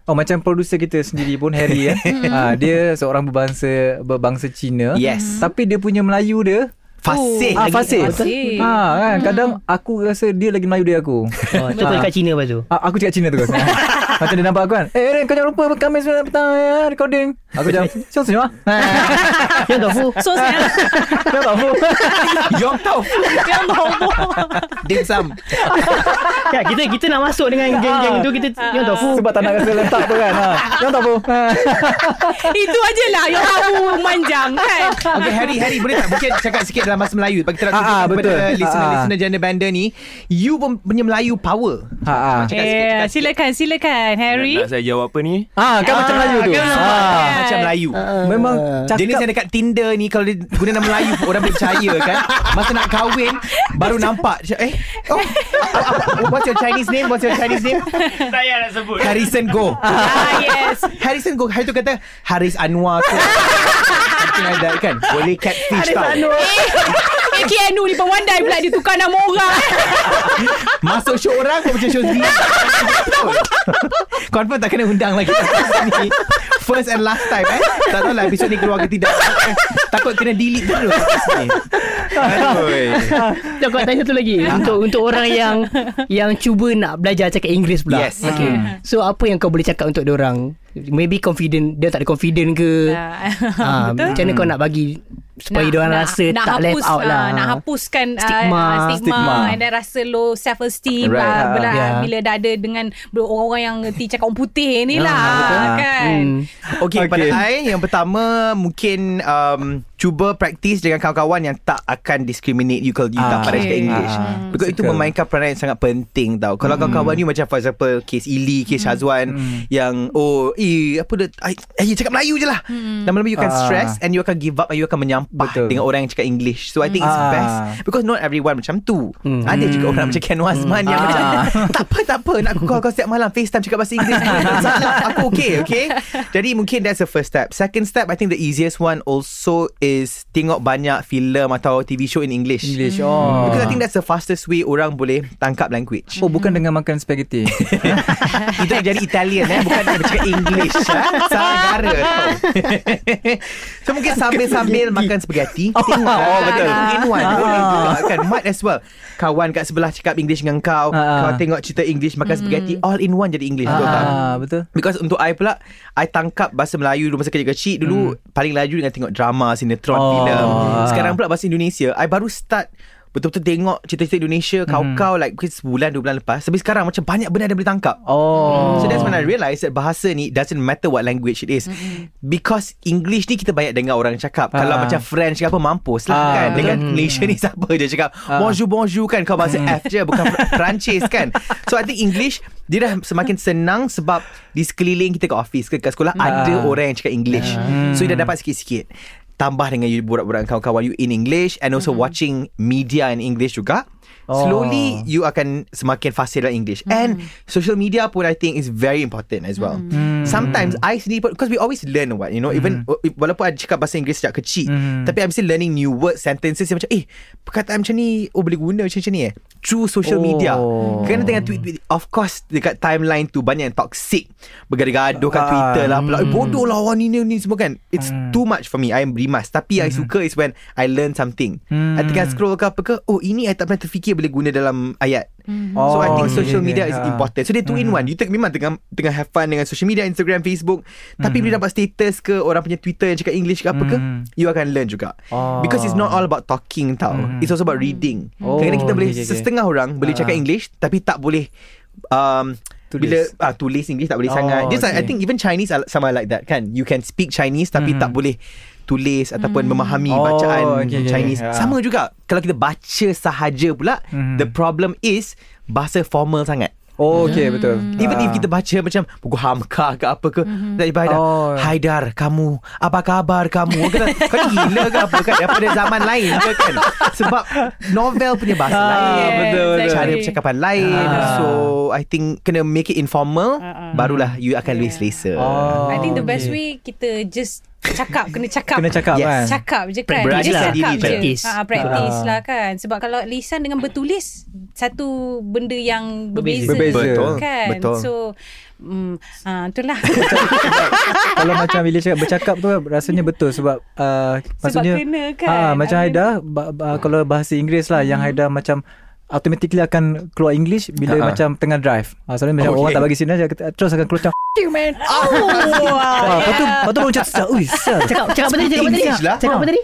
[SPEAKER 2] Oh macam producer kita sendiri pun Harry ya. ah, dia seorang berbangsa berbangsa Cina.
[SPEAKER 5] Yes.
[SPEAKER 2] Tapi dia punya Melayu dia
[SPEAKER 5] Fasih
[SPEAKER 2] ah,
[SPEAKER 5] lagi.
[SPEAKER 2] fasih.
[SPEAKER 3] Fasih.
[SPEAKER 2] Ha kan kadang aku rasa dia lagi Melayu dari aku.
[SPEAKER 4] oh, Tu kau cakap Cina lepas tu
[SPEAKER 2] Ah, aku cakap Cina terus Macam dia nampak aku kan Eh Aaron kau jangan lupa Kami 9 petang ya, Recording Aku macam Siapa senyum ah
[SPEAKER 4] Yang kau fu
[SPEAKER 3] So sekarang
[SPEAKER 2] Kau tak apa
[SPEAKER 5] Yong Tau Fu
[SPEAKER 3] yang ngomong.
[SPEAKER 5] Dim Sum
[SPEAKER 4] ya, kita kita nak masuk dengan
[SPEAKER 5] Ah.
[SPEAKER 4] geng-geng tu Kita Yang kau fu
[SPEAKER 2] Sebab tak nak rasa letak apa kan ha. Yang tak apa ha.
[SPEAKER 3] Itu aje lah yang tahu manjang kan.
[SPEAKER 5] Okay Harry Harry boleh tak Mungkin cakap sikit dalam bahasa Melayu Bagi kita nak
[SPEAKER 2] Ah, ah,
[SPEAKER 5] tunjukkan
[SPEAKER 2] betul.
[SPEAKER 5] kepada
[SPEAKER 2] Ah, ah.
[SPEAKER 5] Listener-listener Janda Banda ni You pun punya Melayu power
[SPEAKER 2] Ha, ha.
[SPEAKER 5] Cakap sikit,
[SPEAKER 3] Eh,
[SPEAKER 5] cakap sikit.
[SPEAKER 3] silakan silakan Harry.
[SPEAKER 6] Nak, nak saya jawab apa ni?
[SPEAKER 2] Ah, kan macam Melayu tu.
[SPEAKER 3] kan.
[SPEAKER 2] Ah,
[SPEAKER 3] Kan.
[SPEAKER 5] Macam Melayu
[SPEAKER 2] memang cakap
[SPEAKER 5] Jenis yang dekat Tinder ni Kalau dia guna nama Melayu pun Orang boleh percaya kan Masa nak kahwin Baru nampak Macam, Eh oh, apa- apa- What's your Chinese name What's your Chinese name
[SPEAKER 6] Saya nak sebut.
[SPEAKER 5] Harrison Go
[SPEAKER 3] Ah yes.
[SPEAKER 5] Harrison Go Hari tu kata Haris Anwar ke Something like that kan Boleh catfish tau
[SPEAKER 3] Eh, KNU ni pemandai pula dia tukar nama orang.
[SPEAKER 5] Masuk show orang Kau macam show sendiri Confirm tak kena undang lagi Sini. First and last time eh Tak tahu lah episod ni keluar ke tidak Eh, Takut kena delete terus Sini.
[SPEAKER 4] Jom, Kau tanya satu lagi Untuk untuk orang yang Yang cuba nak belajar Cakap Inggeris pula
[SPEAKER 5] Yes okay.
[SPEAKER 4] Okay. So apa yang kau boleh cakap untuk orang? Maybe confident Dia tak ada confident ke
[SPEAKER 3] Ya.
[SPEAKER 4] ha,
[SPEAKER 3] Betul.
[SPEAKER 4] Macam mana kau nak bagi
[SPEAKER 3] Ah.
[SPEAKER 4] Supaya
[SPEAKER 3] Nak-
[SPEAKER 4] dia orang
[SPEAKER 3] nak-
[SPEAKER 4] rasa
[SPEAKER 3] nak
[SPEAKER 4] Tak left
[SPEAKER 3] hapus,
[SPEAKER 4] out
[SPEAKER 3] ah,
[SPEAKER 4] lah
[SPEAKER 3] Nak hapuskan ah,
[SPEAKER 4] Stigma.
[SPEAKER 3] ah, stigma,
[SPEAKER 5] Stigma.
[SPEAKER 3] And then rasa low self esteem
[SPEAKER 5] Right,
[SPEAKER 3] ah,
[SPEAKER 5] ah,
[SPEAKER 3] bila,
[SPEAKER 4] yeah.
[SPEAKER 3] bila dah ada dengan Orang-orang yang Ti cakap orang putih ni lah Kan
[SPEAKER 4] Ah, Hmm.
[SPEAKER 5] okay okay pada I Yang pertama Mungkin um, Cuba practice Dengan kawan-kawan Yang tak akan discriminate You kalau you
[SPEAKER 2] Ah.
[SPEAKER 5] tak pandai
[SPEAKER 3] Okay.
[SPEAKER 5] cakap English
[SPEAKER 2] Ah.
[SPEAKER 5] Because itu
[SPEAKER 2] Suka.
[SPEAKER 5] memainkan peranan Yang sangat penting tau Kalau
[SPEAKER 2] Hmm.
[SPEAKER 5] kawan-kawan you Macam for example Kes Ili Kes Hazwan Yang Oh Eh apa dia I, Eh you cakap Melayu je lah Lama-lama you akan
[SPEAKER 2] Ah.
[SPEAKER 5] stress And you akan give up And you akan menyampah
[SPEAKER 2] Betul.
[SPEAKER 5] Dengan orang yang cakap English So I think it's
[SPEAKER 2] Ah. Hmm.
[SPEAKER 5] best Because not everyone macam tu Ada juga orang macam Ken Wasman Yang
[SPEAKER 2] Ah.
[SPEAKER 5] macam Tak apa tak apa Nak call kau setiap malam FaceTime cakap bahasa Inggeris Salah aku okay okay Jadi mungkin that's the first step Second step I think the easiest one also is Tengok banyak filem Atau TV show in English
[SPEAKER 2] English oh.
[SPEAKER 5] Because I think that's the fastest way Orang boleh tangkap language
[SPEAKER 2] Oh bukan dengan makan spaghetti
[SPEAKER 5] Itu nak jadi Italian eh Bukan dia bercakap English ha? Salah negara tau So mungkin sambil-sambil Makan spaghetti Tengok
[SPEAKER 2] oh, betul.
[SPEAKER 5] Two In one Boleh juga kan Might as well Kawan kat sebelah Cakap English dengan kau
[SPEAKER 2] Ah.
[SPEAKER 5] Kau tengok cerita English Makan spaghetti All in one jadi English Betul tak
[SPEAKER 2] ah, Betul
[SPEAKER 5] Because untuk I pula I tangkap bahasa Melayu Dulu masa kecil-kecil Dulu paling laju dengan tengok drama Sinetron,
[SPEAKER 2] Oh.
[SPEAKER 5] oh. filem Sekarang pula bahasa Indonesia I baru start Betul-betul tengok cerita-cerita Indonesia Kau-kau like mungkin sebulan dua bulan lepas Tapi sekarang macam banyak benda yang boleh tangkap
[SPEAKER 2] Oh
[SPEAKER 5] So that's when I realised that bahasa ni doesn't matter what language it is. Because English ni kita banyak dengar orang cakap.
[SPEAKER 2] Ah.
[SPEAKER 5] Kalau macam French ke apa, mampus lah
[SPEAKER 2] Ah,
[SPEAKER 5] kan.
[SPEAKER 2] betul. Ah.
[SPEAKER 5] Dengan Malaysia ni siapa je cakap, bonjour, bonjour kan. Kau bahasa
[SPEAKER 2] Hmm.
[SPEAKER 5] F je, bukan Fr- Perancis kan. So I think English, dia dah semakin senang sebab di sekeliling kita kat office ke kat sekolah,
[SPEAKER 2] Ah.
[SPEAKER 5] ada orang yang cakap English. So you
[SPEAKER 2] Hmm.
[SPEAKER 5] dah dapat sikit-sikit. Tambah dengan you borak-borak dengan kawan-kawan you in English and also watching media in English juga.
[SPEAKER 2] Hmm. Oh. Mm.
[SPEAKER 5] Slowly you akan semakin fasih dalam English. And social media pun I think is very important as well.
[SPEAKER 2] Mm.
[SPEAKER 5] Sometimes I sendiri pun Because we always learn what You know Even Walaupun I cakap bahasa Inggeris Sejak kecil
[SPEAKER 2] Mm.
[SPEAKER 5] Tapi I'm still learning New words Sentences yang macam Eh perkataan macam ni Oh boleh guna macam, macam ni eh Through social
[SPEAKER 2] Oh.
[SPEAKER 5] media Kerana tengah tweet,
[SPEAKER 2] Hmm.
[SPEAKER 5] tweet Of course Dekat timeline tu Banyak yang toxic Bergaduh-gaduh kat
[SPEAKER 2] Ah. Hmm.
[SPEAKER 5] Twitter lah pula eh, Bodoh lah orang ni ni ni semua kan It's too much for me I am berimas Tapi I suka is when I learn something
[SPEAKER 2] Mm.
[SPEAKER 5] I tengah scroll ke apa ke Oh ini I tak pernah terfikir Boleh guna dalam ayat
[SPEAKER 2] Oh,
[SPEAKER 5] So I think
[SPEAKER 2] okay,
[SPEAKER 5] social
[SPEAKER 2] okay,
[SPEAKER 5] media is
[SPEAKER 2] ah.
[SPEAKER 5] important So dia two in one You tengok memang tengah Tengah have fun dengan social media Instagram, Facebook Tapi
[SPEAKER 2] Hmm.
[SPEAKER 5] bila dapat status ke Orang punya Twitter Yang cakap English ke apa ke
[SPEAKER 2] Mm.
[SPEAKER 5] You akan learn juga
[SPEAKER 2] Oh. Hmm.
[SPEAKER 5] Because it's not all about talking tau It's also about reading
[SPEAKER 2] Oh,
[SPEAKER 5] Kadang-kadang kita
[SPEAKER 2] okay,
[SPEAKER 5] boleh
[SPEAKER 2] okay, okay.
[SPEAKER 5] Setengah orang Boleh
[SPEAKER 2] Ah.
[SPEAKER 5] cakap English Tapi tak boleh um,
[SPEAKER 2] Tulis.
[SPEAKER 5] Bila ah, Tulis English tak boleh
[SPEAKER 2] Oh,
[SPEAKER 5] sangat Just like, I
[SPEAKER 2] okay.
[SPEAKER 5] think even Chinese are Sama like that kan You can speak Chinese Tapi tak boleh Tulis Ataupun memahami
[SPEAKER 2] Hmm. Oh, okay, Ah.
[SPEAKER 5] Bacaan
[SPEAKER 2] okay,
[SPEAKER 5] Chinese
[SPEAKER 2] yeah.
[SPEAKER 5] Sama juga Kalau kita baca sahaja pula
[SPEAKER 2] Mm.
[SPEAKER 5] The problem is Bahasa formal sangat
[SPEAKER 2] Oh, okay, betul.
[SPEAKER 5] Even
[SPEAKER 2] Ah.
[SPEAKER 5] if kita baca macam Buku Hamka ke apa ke Tak mm-hmm.
[SPEAKER 2] Oh.
[SPEAKER 5] Haidar kamu Apa khabar kamu Orang kata Kau ni gila ke apa kan Daripada zaman lain ke kan Sebab Novel punya bahasa
[SPEAKER 2] Ah,
[SPEAKER 5] lain
[SPEAKER 2] betul, betul.
[SPEAKER 5] Cara percakapan lain
[SPEAKER 2] Ah.
[SPEAKER 5] So I think Kena make it informal
[SPEAKER 3] Ah, ah.
[SPEAKER 5] Barulah you akan lose laser
[SPEAKER 2] Oh,
[SPEAKER 3] I think the best
[SPEAKER 2] okay.
[SPEAKER 3] way kita just cakap kena cakap.
[SPEAKER 2] Kena cakap
[SPEAKER 5] Yes.
[SPEAKER 2] kan.
[SPEAKER 3] Cakap je kan
[SPEAKER 5] Berani
[SPEAKER 3] Just
[SPEAKER 5] lah
[SPEAKER 3] cakap
[SPEAKER 5] diri je.
[SPEAKER 4] Practice.
[SPEAKER 3] ha, Practice
[SPEAKER 2] Ah.
[SPEAKER 3] lah kan Sebab kalau lisan dengan bertulis Satu benda yang berbeza,
[SPEAKER 2] Berbeza. Ah, Betul,
[SPEAKER 3] kan
[SPEAKER 5] betul.
[SPEAKER 3] So um, ha, Itulah
[SPEAKER 2] Kalau macam bila cakap bercakap tu rasanya betul sebab uh, maksudnya
[SPEAKER 3] kena kan? Hmm.
[SPEAKER 2] ah, macam
[SPEAKER 3] I mean-
[SPEAKER 2] Haida ba, ba, kalau bahasa Inggeris lah yang Haida macam automatically akan keluar English bila
[SPEAKER 5] Ha-ha.
[SPEAKER 2] macam tengah drive. Ah, soalnya macam
[SPEAKER 5] Ha. Okay.
[SPEAKER 2] orang tak bagi signal dia kata- terus akan keluar macam "F- you man. Oh, wow. Lepas tu lepas tu baru macam "Sah, ui, sah."
[SPEAKER 4] Cakap cakap apa tadi? Cakap apa tadi?
[SPEAKER 5] English lah.
[SPEAKER 4] Cakap apa tadi?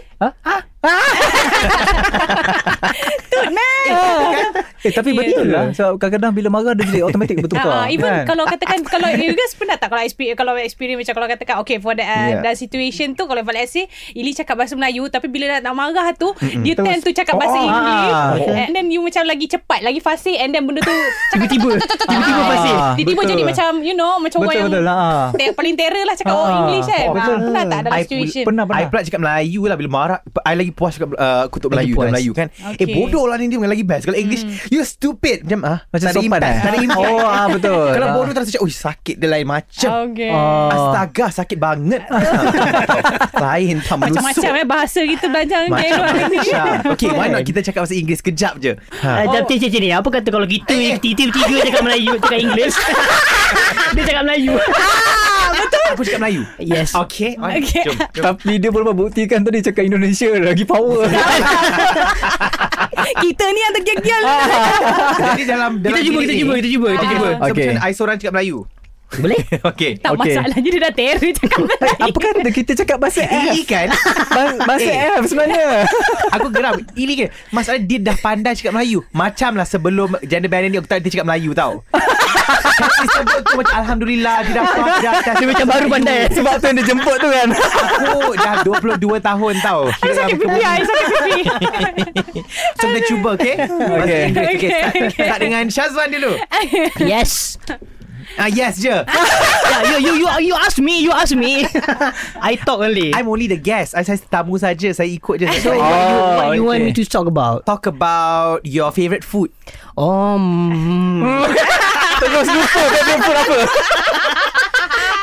[SPEAKER 2] Eh tapi
[SPEAKER 3] Yeah.
[SPEAKER 2] betul lah sebab kadang-kadang bila marah dia jadi automatic bertukar.
[SPEAKER 3] Ya, Ah, even
[SPEAKER 2] kan?
[SPEAKER 3] kalau katakan kalau you guys pernah tak kalau experience kalau experience macam kalau katakan okay for that, uh,
[SPEAKER 5] Yeah.
[SPEAKER 3] that situation tu kalau for let's say Ili cakap bahasa Melayu tapi bila nak, nak marah tu mm-hmm. dia
[SPEAKER 2] Terus.
[SPEAKER 3] tend to cakap bahasa
[SPEAKER 2] Oh,
[SPEAKER 3] English
[SPEAKER 2] ah, betul.
[SPEAKER 3] and then you macam lagi cepat lagi fasih and then benda tu cakap
[SPEAKER 4] Tiba-tiba. Tiba-tiba
[SPEAKER 3] Ah,
[SPEAKER 4] pasir.
[SPEAKER 3] tiba-tiba
[SPEAKER 2] betul.
[SPEAKER 3] jadi macam you know macam
[SPEAKER 2] betul
[SPEAKER 3] orang yang
[SPEAKER 2] betul lah. ah.
[SPEAKER 3] ter- paling terror lah cakap
[SPEAKER 2] Ah,
[SPEAKER 3] oh English kan.
[SPEAKER 2] oh,
[SPEAKER 3] Ah,
[SPEAKER 2] betul.
[SPEAKER 3] Pernah tak dalam
[SPEAKER 5] I
[SPEAKER 3] situation?
[SPEAKER 2] Pernah
[SPEAKER 5] I
[SPEAKER 2] pernah.
[SPEAKER 5] pula cakap Melayu lah Bila marah I lagi puas cakap uh, Kutuk
[SPEAKER 4] Lagi
[SPEAKER 5] Melayu dalam
[SPEAKER 4] puas.
[SPEAKER 5] Melayu kan
[SPEAKER 3] Okay. Hmm.
[SPEAKER 5] Eh bodoh lah ni Dia lagi best Kalau English You stupid Macam ah,
[SPEAKER 2] Macam
[SPEAKER 5] tak ada
[SPEAKER 2] sopan
[SPEAKER 5] impact,
[SPEAKER 2] eh?
[SPEAKER 5] Tak ada impact
[SPEAKER 2] Oh, ah, betul.
[SPEAKER 5] Kalau
[SPEAKER 2] Ah.
[SPEAKER 5] bodoh terasa macam Ui sakit dia lain macam
[SPEAKER 3] Okay.
[SPEAKER 2] Ah.
[SPEAKER 5] Astaga sakit banget Lain tak melusuk
[SPEAKER 3] Macam-macam eh bahasa kita belajar dengan orang ni.
[SPEAKER 5] Macam Okay why not kita cakap bahasa Inggeris kejap je
[SPEAKER 4] Ah,
[SPEAKER 5] ha.
[SPEAKER 4] jap, cik, cik, cik ni. Apa kata kalau kita kita bertiga cakap Melayu, cakap Inggeris. Dia cakap Melayu.
[SPEAKER 5] Ah,
[SPEAKER 4] Oh,
[SPEAKER 5] Aku cakap Melayu
[SPEAKER 4] Yes.
[SPEAKER 5] Okay,
[SPEAKER 3] Ah, Okay.
[SPEAKER 5] Jom, jom.
[SPEAKER 2] tapi dia boleh buktikan tadi cakap Indonesia lagi power.
[SPEAKER 3] Kita ni lah. yang tergegial.
[SPEAKER 5] Ah. Jadi dalam, dalam
[SPEAKER 4] Kita cuba, kita
[SPEAKER 5] diri ni, Ah,
[SPEAKER 4] cuba, kita cuba, kita cuba.
[SPEAKER 5] So
[SPEAKER 2] Okay.
[SPEAKER 5] okay. macam mana I seorang cakap Melayu
[SPEAKER 4] Boleh?
[SPEAKER 5] Okay
[SPEAKER 3] Tak
[SPEAKER 2] Okay.
[SPEAKER 3] masalahnya dia dah terror cakap Melayu.
[SPEAKER 2] Eh, Apa kata kita cakap bahasa F?
[SPEAKER 5] Ili kan
[SPEAKER 2] Ba- Bahasa
[SPEAKER 5] Eh.
[SPEAKER 2] F sebenarnya.
[SPEAKER 5] Aku geram Ili kan Masalah dia dah pandai cakap Melayu Macam lah sebelum Gender banner ni Aku tak dia cakap Melayu tau Sebelum tu macam Alhamdulillah Dia dah dah, dah,
[SPEAKER 4] Dia macam baru pandai.
[SPEAKER 2] Sebab tu yang dia jemput tu kan.
[SPEAKER 5] Aku dah 22 tahun tau Kira
[SPEAKER 3] Sakit pipi I sakit pipi
[SPEAKER 5] So kita cuba okay
[SPEAKER 2] Okay.
[SPEAKER 5] okay. okay.
[SPEAKER 3] Okay, okay.
[SPEAKER 5] Start dengan Syazwan dulu
[SPEAKER 4] Yes.
[SPEAKER 5] Ah Yes je
[SPEAKER 4] Yeah, you you you you ask me, you ask me. I talk only.
[SPEAKER 5] I'm only the guest I, saya tamu saja Saya ikut je
[SPEAKER 4] What
[SPEAKER 5] So
[SPEAKER 4] you, what you want
[SPEAKER 2] okay.
[SPEAKER 4] me to talk about?
[SPEAKER 5] Talk about Your favourite food
[SPEAKER 4] Oh, mm,
[SPEAKER 2] Terus lupa dia jemput apa.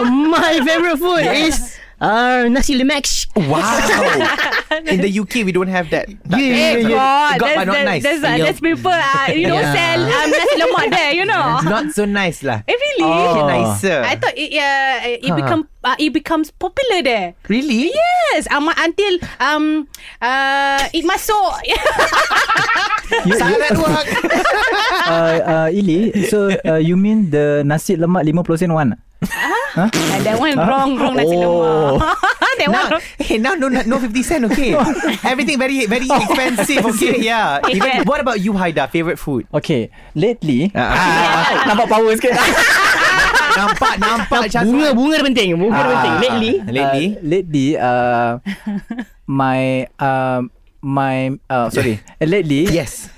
[SPEAKER 4] my favorite food is uh, nasi lemak.
[SPEAKER 5] Wow In the UK We don't have that Tak
[SPEAKER 3] Eh
[SPEAKER 4] Yeah,
[SPEAKER 5] ada.
[SPEAKER 4] yeah,
[SPEAKER 3] God That's,
[SPEAKER 5] Got but not
[SPEAKER 3] that's,
[SPEAKER 5] nice
[SPEAKER 3] that's, that's, that's people uh, You don't
[SPEAKER 4] Yeah.
[SPEAKER 3] sell um, Nasi lemak there You know
[SPEAKER 5] Not so nice lah
[SPEAKER 3] Eh really
[SPEAKER 2] Oh.
[SPEAKER 5] Nicer
[SPEAKER 3] I thought it uh, it
[SPEAKER 5] Huh.
[SPEAKER 3] become uh, it becomes popular there.
[SPEAKER 5] Really?
[SPEAKER 3] Yes, um, until um uh it masuk.
[SPEAKER 5] Sangat work
[SPEAKER 2] Uh, uh, Ili, so uh, you mean the nasi lemak 50 sen one?
[SPEAKER 3] Ah, that one wrong wrong nasi
[SPEAKER 2] Oh.
[SPEAKER 3] lemak. that one
[SPEAKER 5] Now,
[SPEAKER 3] wrong.
[SPEAKER 5] hey, now no, no 50 cent, okay? Everything very very expensive, okay? Yeah. Even, what about you, Haida? Favorite food?
[SPEAKER 2] Okay, lately
[SPEAKER 5] Ah,
[SPEAKER 2] nampak power sikit.
[SPEAKER 5] nampak, nampak
[SPEAKER 4] Bunga bunga dia penting. Bunga dia penting.
[SPEAKER 5] Ah,
[SPEAKER 4] Lately,
[SPEAKER 5] Lately.
[SPEAKER 2] Uh, lately, uh, my uh, my uh, sorry. Lately,
[SPEAKER 5] Yes.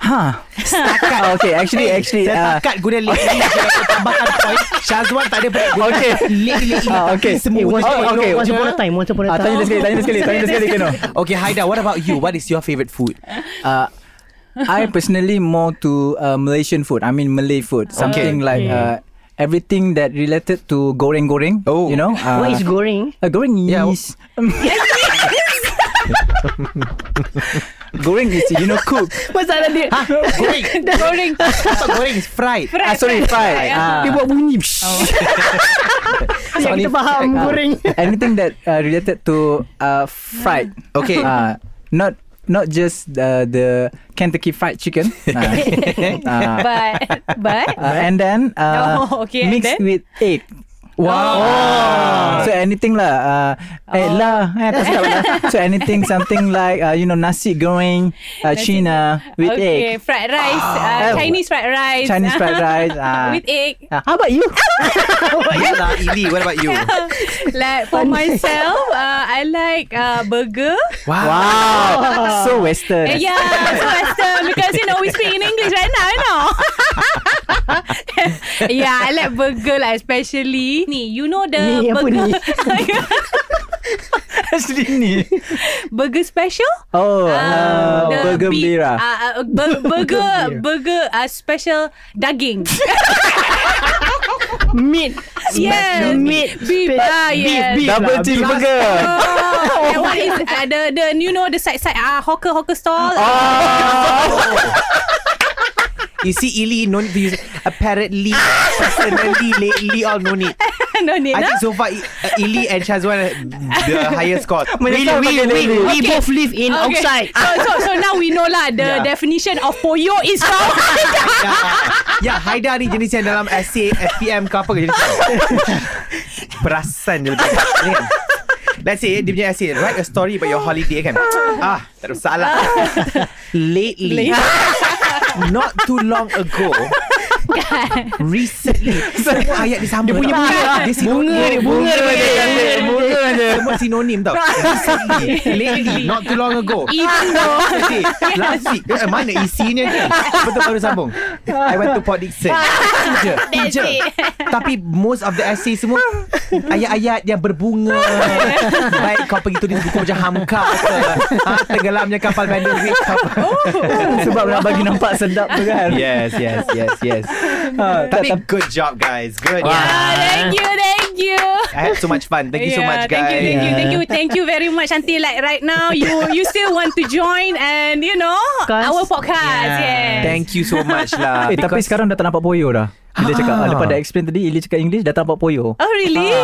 [SPEAKER 2] Huh. Setakat. Okay, actually, actually. Uh,
[SPEAKER 5] Setakat guna lately je tambahkan point. Syazwan tak ada break. Guna
[SPEAKER 2] Okay.
[SPEAKER 5] Lately, lately.
[SPEAKER 2] Ah, okay.
[SPEAKER 5] Semua
[SPEAKER 2] Eh,
[SPEAKER 5] guna
[SPEAKER 4] oh,
[SPEAKER 2] once-
[SPEAKER 5] lately.
[SPEAKER 2] okay.
[SPEAKER 4] once upon a time, once upon a
[SPEAKER 2] ah, tanya dia
[SPEAKER 4] time.
[SPEAKER 2] sekali, tanya dia sekali, tanya dia sekali, Keno.
[SPEAKER 5] Okay, Haida, what about you? What is your favourite food?
[SPEAKER 2] Uh, I personally more to uh, Malaysian food. I mean Malay food, something like uh, everything that related to goreng-goreng.
[SPEAKER 5] Oh.
[SPEAKER 2] You know? Uh,
[SPEAKER 4] What is goreng?
[SPEAKER 2] Uh, goreng is...
[SPEAKER 5] Yeah,
[SPEAKER 2] goreng is, you know, cook.
[SPEAKER 4] Masalah dia.
[SPEAKER 5] Goreng
[SPEAKER 3] Goreng.
[SPEAKER 5] Pasal goreng is fried
[SPEAKER 2] Ah, sorry, fry.
[SPEAKER 4] Dia
[SPEAKER 2] Ah.
[SPEAKER 4] buat
[SPEAKER 3] Oh,
[SPEAKER 4] bunyi.
[SPEAKER 2] So,
[SPEAKER 4] Yang kita
[SPEAKER 2] any-
[SPEAKER 4] faham
[SPEAKER 2] ah,
[SPEAKER 4] goreng.
[SPEAKER 2] Anything that uh, related to uh, fried.
[SPEAKER 5] Okay.
[SPEAKER 2] Uh, not not just uh, the Kentucky Fried Chicken. Uh, uh,
[SPEAKER 3] But but
[SPEAKER 5] Ah.
[SPEAKER 2] Uh, and then uh,
[SPEAKER 3] Oh, okay, and
[SPEAKER 2] mixed
[SPEAKER 3] then? Oh.
[SPEAKER 2] with egg. Wow. So anything lah. Uh, Eh lah. Eh, tak sedap lah. So anything something like uh, you know nasi goreng uh, Cina with
[SPEAKER 3] okay,
[SPEAKER 2] egg.
[SPEAKER 3] fried rice, uh,
[SPEAKER 2] Oh.
[SPEAKER 3] Chinese fried rice.
[SPEAKER 2] Chinese fried rice. Uh,
[SPEAKER 3] with egg.
[SPEAKER 2] Uh, how about you?
[SPEAKER 5] Yelah Ili What about you
[SPEAKER 3] like for myself, uh, I like uh, burger.
[SPEAKER 5] Wow,
[SPEAKER 2] Wow. so western.
[SPEAKER 3] Eh, yeah, so Western because you know we speak in English right now, you know. yeah, I like burger lah especially. Ni, you know the
[SPEAKER 4] Ni apa
[SPEAKER 3] burger.
[SPEAKER 4] ni?
[SPEAKER 2] Asli ni.
[SPEAKER 3] burger special?
[SPEAKER 2] Oh, uh,
[SPEAKER 3] Ah, the
[SPEAKER 2] burger
[SPEAKER 3] beef-
[SPEAKER 2] merah.
[SPEAKER 3] ah, ah, bur- burger burger uh, special daging.
[SPEAKER 4] Meat.
[SPEAKER 3] yes.
[SPEAKER 4] Meat.
[SPEAKER 3] Beef. Ah, yes.
[SPEAKER 4] beef
[SPEAKER 2] Double
[SPEAKER 4] lah,
[SPEAKER 2] cheeseburger.
[SPEAKER 3] Oh, that one is uh, the the you know the side side ah hawker hawker stall.
[SPEAKER 5] Oh. You see Ili No need to use Apparently Personally Lately all no need
[SPEAKER 3] no need.
[SPEAKER 5] I
[SPEAKER 3] ah.
[SPEAKER 5] think so far I- uh, Ili and Shazwan are The highest score
[SPEAKER 2] Menyesal pakai lately.
[SPEAKER 4] We both live in outside.
[SPEAKER 3] So, so so now we know lah the
[SPEAKER 5] Yeah.
[SPEAKER 3] definition of poyo is from
[SPEAKER 5] Ya Haida ni jenis yang dalam essay FPM ke apa ke jenis tu. Perasan je betul Ini kan? Let's say dia punya essay Write a story about your holiday kan Ah tak ada masalah Lately Not too long ago Recently Semua ayat dia sama Dia punya bunga Dia
[SPEAKER 4] Bunga dia, bunga dia
[SPEAKER 5] dia
[SPEAKER 4] boleh kata.
[SPEAKER 5] Bunga dia Semua sinonim tau Recently Lately Not too long ago
[SPEAKER 3] itu.
[SPEAKER 5] Isi Last week eh, Mana isinya ni Betul baru sambung I went to Port Dixon Itu je. Itu je. Tapi most of the essay semua Ayat-ayat yang berbunga Baik kau pergi tulis buku macam Hamka ke ha, Tenggelamnya kapal Bandung
[SPEAKER 2] Sebab nak bagi nampak sedap tu kan.
[SPEAKER 5] Oh. Yes yes yes yes
[SPEAKER 2] Ah, tak,
[SPEAKER 5] Tapi good job guys Good
[SPEAKER 3] Ah,
[SPEAKER 5] job
[SPEAKER 3] thank you, thank you.
[SPEAKER 5] I had so much fun Thank you so
[SPEAKER 3] Yeah,
[SPEAKER 5] much guys
[SPEAKER 3] Thank you, thank you, thank you, thank you very much. Until like right now, you you still want to join and you know
[SPEAKER 4] Cause-
[SPEAKER 3] our podcast. Yes.
[SPEAKER 5] Thank you so much lah
[SPEAKER 2] Eh, tapi
[SPEAKER 5] Because-
[SPEAKER 2] sekarang dah tak nampak poyo dah. Ili cakap ah.
[SPEAKER 5] Ah.
[SPEAKER 2] lepas dah explain tadi Ili cakap English dah tak nampak poyo.
[SPEAKER 3] Oh really?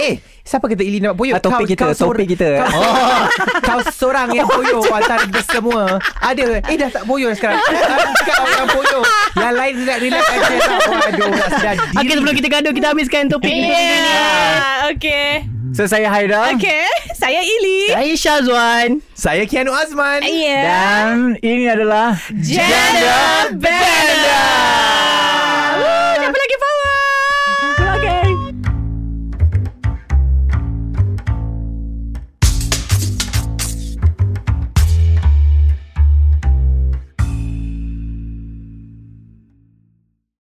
[SPEAKER 5] Eh, siapa kata Ili nampak boyok?
[SPEAKER 2] Ah, topik kita, topik kita.
[SPEAKER 5] Kau, oh. kau seorang yang boyok antara kita semua. Ada. Eh, dah tak boyok dah sekarang. Sekarang kau yang boyok. Yang lain relax, relax aja. tau. Oh, aduh, nak sedar diri.
[SPEAKER 4] Okay, sebelum kita gaduh, kita habiskan topik kita
[SPEAKER 3] Yeah.
[SPEAKER 4] yeah. ni.
[SPEAKER 3] Okay.
[SPEAKER 2] So saya Haida.
[SPEAKER 3] Okay. Saya Ili.
[SPEAKER 4] Saya Syazwan.
[SPEAKER 5] Saya Kianu Azman.
[SPEAKER 3] Ya. Yeah.
[SPEAKER 2] Dan ini adalah
[SPEAKER 3] Gender balance.